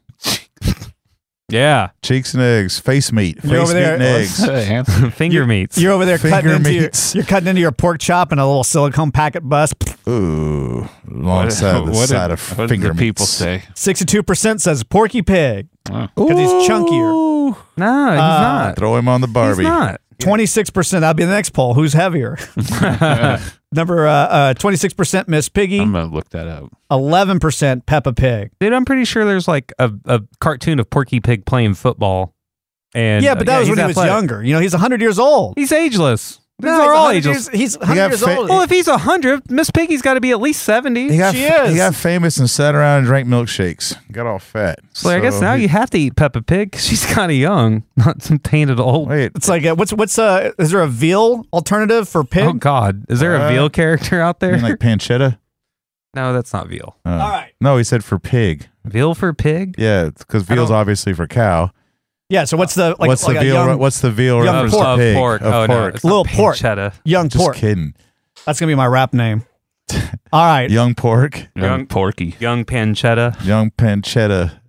[SPEAKER 6] Yeah.
[SPEAKER 7] Cheeks and eggs. Face meat. Face
[SPEAKER 4] You're over
[SPEAKER 7] meat
[SPEAKER 4] there-
[SPEAKER 7] and eggs.
[SPEAKER 6] Finger meats.
[SPEAKER 4] you're over there cutting
[SPEAKER 7] Finger
[SPEAKER 4] into your,
[SPEAKER 7] meats.
[SPEAKER 4] you're cutting into your pork chop in a little silicone packet bus.
[SPEAKER 7] Ooh, alongside the
[SPEAKER 5] what did-
[SPEAKER 7] side of
[SPEAKER 5] what did
[SPEAKER 7] finger
[SPEAKER 5] the people
[SPEAKER 7] meats.
[SPEAKER 5] say?
[SPEAKER 4] 62% says Porky Pig because he's chunkier.
[SPEAKER 7] Ooh,
[SPEAKER 6] No, he's
[SPEAKER 4] Uh,
[SPEAKER 6] not.
[SPEAKER 7] Throw him on the Barbie.
[SPEAKER 6] He's not.
[SPEAKER 4] 26% that'll be the next poll. Who's heavier? Number uh, uh, 26% Miss Piggy,
[SPEAKER 5] I'm gonna look that up.
[SPEAKER 4] 11% Peppa Pig.
[SPEAKER 6] Dude, I'm pretty sure there's like a, a cartoon of Porky Pig playing football. And
[SPEAKER 4] yeah, but that
[SPEAKER 6] uh,
[SPEAKER 4] was
[SPEAKER 6] he's
[SPEAKER 4] when he was
[SPEAKER 6] athletic.
[SPEAKER 4] younger. You know, he's 100 years old.
[SPEAKER 6] He's ageless.
[SPEAKER 4] No,
[SPEAKER 6] They're all
[SPEAKER 4] 100
[SPEAKER 6] ageless.
[SPEAKER 4] years- he's 100
[SPEAKER 7] got
[SPEAKER 4] years
[SPEAKER 7] fa-
[SPEAKER 4] old.
[SPEAKER 6] Well, if he's 100, Miss Piggy's got to be at least 70.
[SPEAKER 7] He got,
[SPEAKER 4] She is.
[SPEAKER 7] he got famous and sat around and drank milkshakes. Got all fat.
[SPEAKER 6] So, I guess
[SPEAKER 7] So
[SPEAKER 6] now
[SPEAKER 7] he-
[SPEAKER 6] you have to eat Peppa Pig 'cause she's kind of young, not some tainted old.
[SPEAKER 7] wait.
[SPEAKER 4] It's like uh, what's what's uh is there a veal alternative for pig?
[SPEAKER 6] Oh, God. Is there
[SPEAKER 7] Uh,
[SPEAKER 6] a veal character out
[SPEAKER 7] You
[SPEAKER 6] there?
[SPEAKER 7] mean like pancetta? Oh.
[SPEAKER 6] no, that's not veal.
[SPEAKER 7] All
[SPEAKER 4] right.
[SPEAKER 7] No, he said for pig.
[SPEAKER 6] Veal for pig?
[SPEAKER 7] Yeah, because veal's obviously for cow.
[SPEAKER 4] Yeah, so what's the like
[SPEAKER 7] what's
[SPEAKER 4] like
[SPEAKER 7] the
[SPEAKER 4] a
[SPEAKER 7] veal?
[SPEAKER 4] young,
[SPEAKER 7] what's the veal?
[SPEAKER 4] young
[SPEAKER 7] reference
[SPEAKER 6] Of,
[SPEAKER 7] to
[SPEAKER 4] pork.
[SPEAKER 7] pig?
[SPEAKER 6] pork.
[SPEAKER 7] Of
[SPEAKER 6] oh, no.
[SPEAKER 7] pork.
[SPEAKER 6] it's not
[SPEAKER 4] Little pork.
[SPEAKER 6] pancetta.
[SPEAKER 4] young
[SPEAKER 7] Just
[SPEAKER 4] pork?
[SPEAKER 7] kidding.
[SPEAKER 4] That's gonna be my rap name. All right.
[SPEAKER 7] Young pork.
[SPEAKER 5] Young Porky.
[SPEAKER 6] Young pancetta.
[SPEAKER 7] Young pancetta.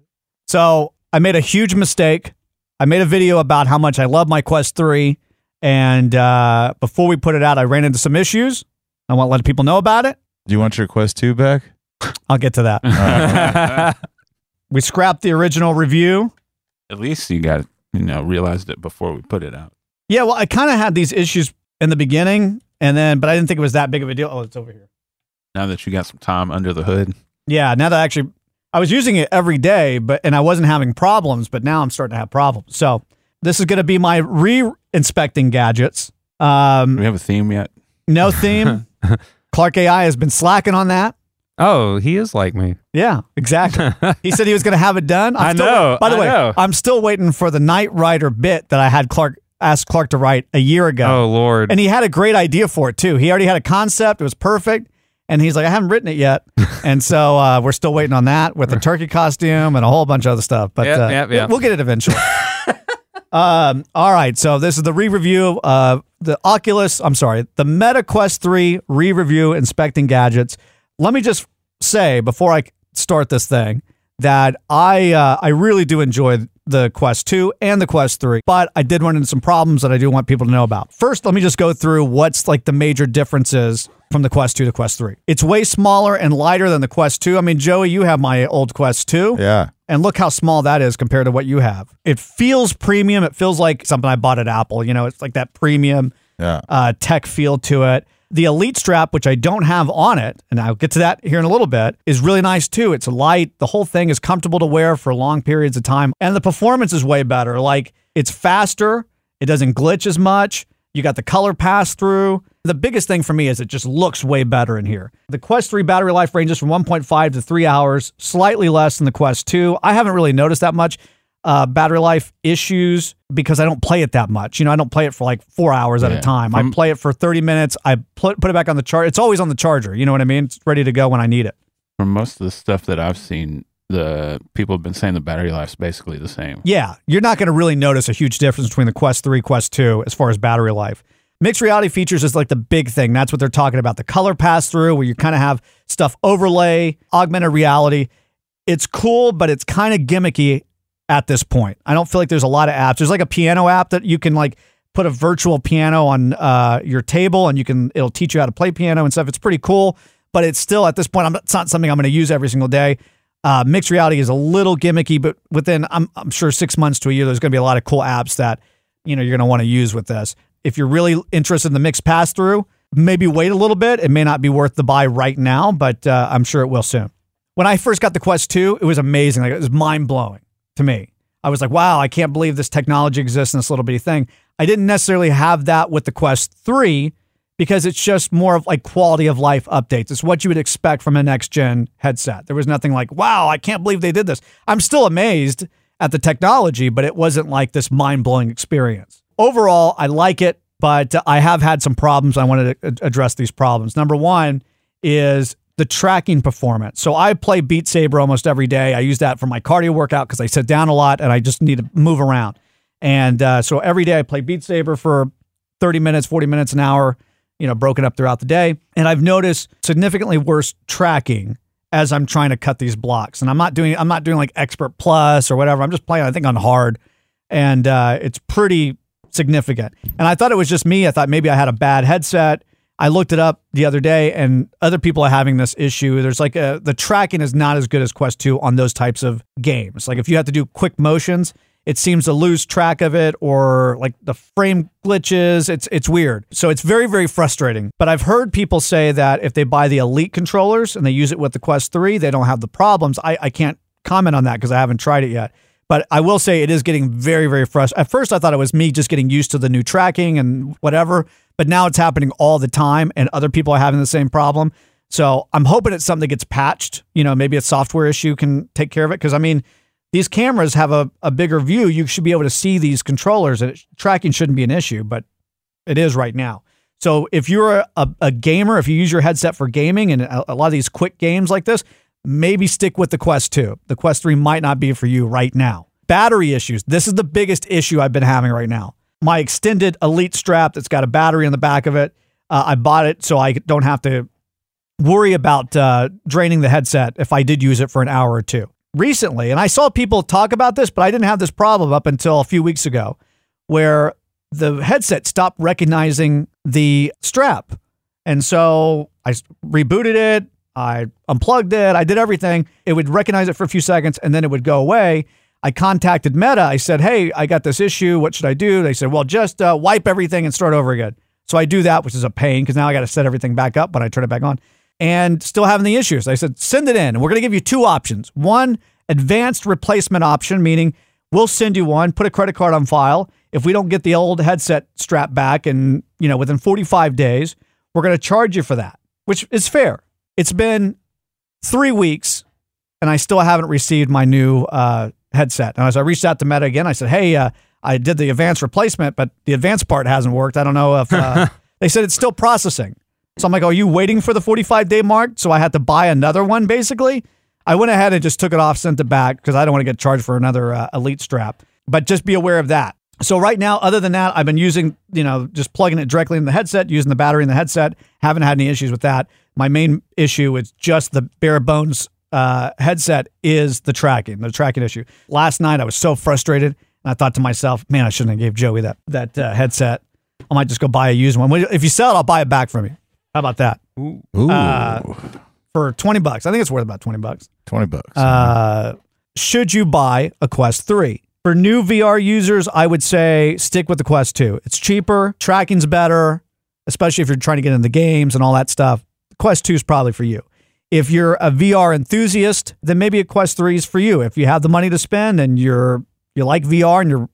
[SPEAKER 4] So I made a huge mistake. I made a video about how much I love my Quest 3. And uh, before we put it out, I ran into some issues. I want to let people know about it.
[SPEAKER 7] Do you want your quest two back? Uh,
[SPEAKER 4] I'll get to that. we scrapped the original review.
[SPEAKER 5] At least you got you know realized it before we put it out.
[SPEAKER 4] Yeah, well, I kind of had these issues in the beginning, and then, but I didn't think it was that big of a deal. Oh, it's over here.
[SPEAKER 5] Now that you got some time under the hood,
[SPEAKER 4] Yeah, now that I actually I was using it every day, but and I wasn't having problems, but now I'm starting to have problems. So this is going to be my re-inspecting gadgets.
[SPEAKER 5] do
[SPEAKER 4] Um,
[SPEAKER 5] we have a theme yet?
[SPEAKER 4] no theme. Clark AI has been slacking on that.
[SPEAKER 6] Oh, he is like me.
[SPEAKER 4] Yeah, exactly. he said he was going to have it done.
[SPEAKER 6] I
[SPEAKER 4] still-
[SPEAKER 6] know,
[SPEAKER 4] By the
[SPEAKER 6] I
[SPEAKER 4] way,
[SPEAKER 6] know.
[SPEAKER 4] I'm still waiting for the Knight Rider bit that I had Clark asked Clark to write a year ago,
[SPEAKER 6] Oh, Lord.
[SPEAKER 4] and he had a great idea for it too. He already had a concept; it was perfect. And he's like, I haven't written it yet, and so uh, we're still waiting on that with the turkey costume and a whole bunch of other stuff. But
[SPEAKER 6] Yep,
[SPEAKER 4] uh,
[SPEAKER 6] yep, yep.
[SPEAKER 4] we'll get it eventually. um, all right, so this is the re-review of uh, the Oculus. I'm sorry, the Meta Quest 3 re-review inspecting gadgets. Let me just say before I start this thing that I uh, I really do enjoy the Quest 2 and the Quest 3, but I did run into some problems that I do want people to know about. First, let me just go through what's like the major differences from the Quest 2 to Quest 3. It's way smaller and lighter than the Quest 2. I mean, Joey, you have my old Quest 2.
[SPEAKER 7] Yeah.
[SPEAKER 4] And look how small that is compared to what you have. It feels premium. It feels like something I bought at Apple. You know, it's like that premium
[SPEAKER 7] Yeah.
[SPEAKER 4] uh, tech feel to it. The Elite strap, which I don't have on it, and I'll get to that here in a little bit, is really nice too. It's light. The whole thing is comfortable to wear for long periods of time. And the performance is way better. Like it's faster, it doesn't glitch as much. You got the color pass through. The biggest thing for me is it just looks way better in here. The Quest 3 battery life ranges from 1.5 to 3 hours, slightly less than the Quest 2. I haven't really noticed that much uh, battery life issues because I don't play it that much. You know, I don't play it for like four hours at a
[SPEAKER 16] Yeah.
[SPEAKER 4] time. I
[SPEAKER 16] From-
[SPEAKER 4] play it for 30 minutes. I put, put it back on the charger. It's always on the charger. You know what I mean? It's ready to go when I need it.
[SPEAKER 5] For most of the stuff that I've seen, the people have been saying the battery life's basically the same.
[SPEAKER 4] Yeah, you're not going to really notice a huge difference between the Quest 3, Quest 2 as far as battery life. Mixed reality features is like the big thing. That's what they're talking about. The color pass through, where you kind of have stuff overlay, augmented reality. It's cool, but it's kind of gimmicky at this point. I don't feel like there's a lot of apps. There's like a piano app that you can like put a virtual piano on uh, your table and you can it'll teach you how to play piano and stuff. It's pretty cool, but it's still at this point I'm, it's not something I'm going to use every single day. Uh, mixed reality is a little gimmicky, but within I'm, I'm sure six months to a year, there's going to be a lot of cool apps that you know you're going to want to use with this. If you're really interested in the mixed pass through, maybe wait a little bit. It may not be worth the buy right now, but uh, I'm sure it will soon. When I first got the Quest 2, it was amazing. Like it was mind blowing to me. I was like, wow, I can't believe this technology exists in this little bitty thing. I didn't necessarily have that with the Quest 3 because it's just more of like quality of life updates. It's what you would expect from a next gen headset. There was nothing like, wow, I can't believe they did this. I'm still amazed at the technology, but it wasn't like this mind blowing experience. Overall, I like it, but I have had some problems. I wanted to ad- address these problems. Number one is the tracking performance. So I play Beat Saber almost every day. I use that for my cardio workout because I sit down a lot and I just need to move around. And uh, so every day I play Beat Saber for 30 minutes, 40 minutes, an hour, you know, broken up throughout the day. And I've noticed significantly worse tracking as I'm trying to cut these blocks. And I'm not doing, I'm not doing like expert plus or whatever. I'm just playing, I think, on hard. And uh, it's pretty significant. And I thought it was just me. I thought maybe I had a bad headset. I looked it up the other day and other people are having this issue. There's like a, the tracking is not as good as Quest 2 on those types of games. Like if you have to do quick motions, it seems to lose track of it or like the frame glitches. It's it's weird. So it's very very frustrating. But I've heard people say that if they buy the Elite controllers and they use it with the Quest 3, they don't have the problems. I I can't comment on that because I haven't tried it yet. But I will say it is getting very, very frustrating. At first, I thought it was me just getting used to the new tracking and whatever, but now it's happening all the time, and other people are having the same problem. So I'm hoping it's something that gets patched. You know, maybe a software issue can take care of it. Because I mean, these cameras have a, a bigger view. You should be able to see these controllers, and it, tracking shouldn't be an issue, but it is right now. So if you're a, a, a gamer, if you use your headset for gaming and a, a lot of these quick games like this, maybe stick with the Quest 2. The Quest 3 might not be for you right now. Battery issues. This is the biggest issue I've been having right now. My extended Elite strap that's got a battery in the back of it. Uh, I bought it so I don't have to worry about uh, draining the headset if I did use it for an hour or two. Recently, and I saw people talk about this, but I didn't have this problem up until a few weeks ago, where the headset stopped recognizing the strap. And so I s- rebooted it, I unplugged it, I did everything. It would recognize it for a few seconds and then it would go away. I contacted Meta. I said, Hey, I got this issue. What should I do? They said, Well, just uh, wipe everything and start over again. So I do that, which is a pain because now I got to set everything back up when I turn it back on and still having the issues. I said, Send it in. And we're going to give you two options. One, advanced replacement option, meaning we'll send you one, put a credit card on file. If we don't get the old headset strap back and, you know, within 45 days, we're going to charge you for that, which is fair. It's been three weeks and I still haven't received my new uh, headset. And as I reached out to Meta again, I said, "Hey, uh, I did the advanced replacement, but the advanced part hasn't worked. I don't know if." Uh, they said it's still processing. So I'm like, "Are you waiting for the 45 day mark?" So I had to buy another one. Basically, I went ahead and just took it off, sent it back because I don't want to get charged for another uh, Elite strap. But just be aware of that. So right now, other than that, I've been using, you know, just plugging it directly in the headset, using the battery in the headset. Haven't had any issues with that. My main issue is just the bare bones uh, headset is the tracking, the tracking issue. Last night, I was so frustrated, and I thought to myself, man, I shouldn't have gave Joey that that uh, headset. I might just go buy a used one. If you sell it, I'll buy it back from you. How about that? Ooh. Uh, for twenty bucks, I think it's worth about twenty bucks.
[SPEAKER 7] 20 bucks.
[SPEAKER 4] Uh, should you buy a Quest 3? For new VR users, I would say stick with the Quest 2. It's cheaper, tracking's better, especially if you're trying to get into games and all that stuff. Quest 2 is probably for you. If you're a VR enthusiast, then maybe a Quest 3 is for you. If you have the money to spend and you're you like VR and you're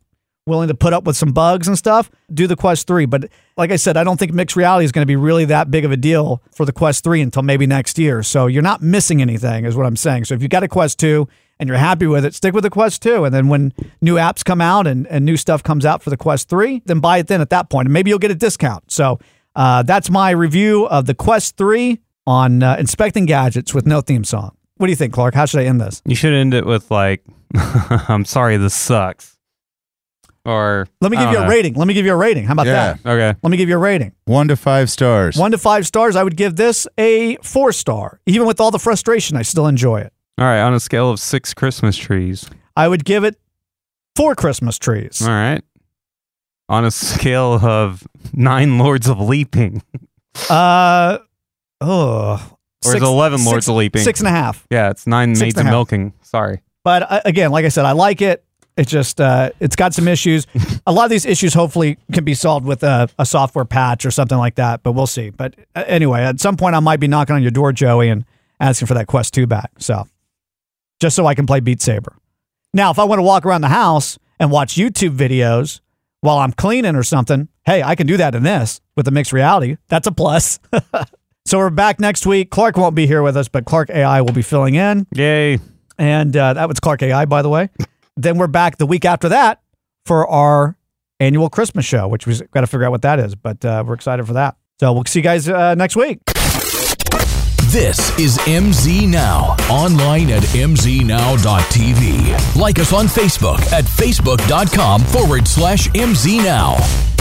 [SPEAKER 4] willing to put up with some bugs and stuff, do the Quest 3. But like I said, I don't think mixed reality is going to be really that big of a deal for the Quest 3 until maybe next year. So you're not missing anything, is what I'm saying. So if you got a Quest 2 and you're happy with it, stick with the Quest 2. And then when new apps come out and, and new stuff comes out for the Quest 3, then buy it then at that point. And maybe you'll get a discount. So uh, that's my review of the Quest 3 on uh, inspecting gadgets with no theme song. What do you think, Clark? How should I end this?
[SPEAKER 6] You should end it with like, "I'm sorry, this sucks." Or
[SPEAKER 4] Let me
[SPEAKER 6] I
[SPEAKER 4] give
[SPEAKER 6] don't
[SPEAKER 4] you a
[SPEAKER 6] know.
[SPEAKER 4] rating. Let me give you a rating. How about
[SPEAKER 7] Yeah.
[SPEAKER 4] that? Okay. Let me give you a rating.
[SPEAKER 7] One to five stars.
[SPEAKER 4] One to five stars. I would give this a four star. Even with all the frustration, I still enjoy it.
[SPEAKER 6] All right, on a scale of six Christmas trees.
[SPEAKER 4] I would give it four Christmas trees.
[SPEAKER 6] All right. On a scale of nine Lords of Leaping.
[SPEAKER 4] Uh, oh.
[SPEAKER 6] Or is it 11 Lords of Leaping?
[SPEAKER 4] Six and a half.
[SPEAKER 6] Yeah, it's nine
[SPEAKER 4] Six
[SPEAKER 6] Maids
[SPEAKER 4] and
[SPEAKER 6] of
[SPEAKER 4] a half.
[SPEAKER 6] Milking. Sorry.
[SPEAKER 4] But uh, again, like I said, I like it. It just uh, it's got some issues. a lot of these issues hopefully can be solved with a, a software patch or something like that. But we'll see. But uh, anyway, at some point I might be knocking on your door, Joey, and asking for that Quest Two back. So just so I can play Beat Saber. Now, if I want to walk around the house and watch YouTube videos while I'm cleaning or something, hey, I can do that in this with the mixed reality. That's a plus. so we're back next week. Clark won't be here with us, but Clark AI will be filling in.
[SPEAKER 6] Yay.
[SPEAKER 4] And uh, that was Clark AI, by the way. then we're back the week after that for our annual Christmas show, which we've got to figure out what that is, but uh, we're excited for that. So we'll see you guys uh, next week.
[SPEAKER 1] This is MZ Now, online at mznow.tv. Like us on Facebook at facebook.com forward slash mznow.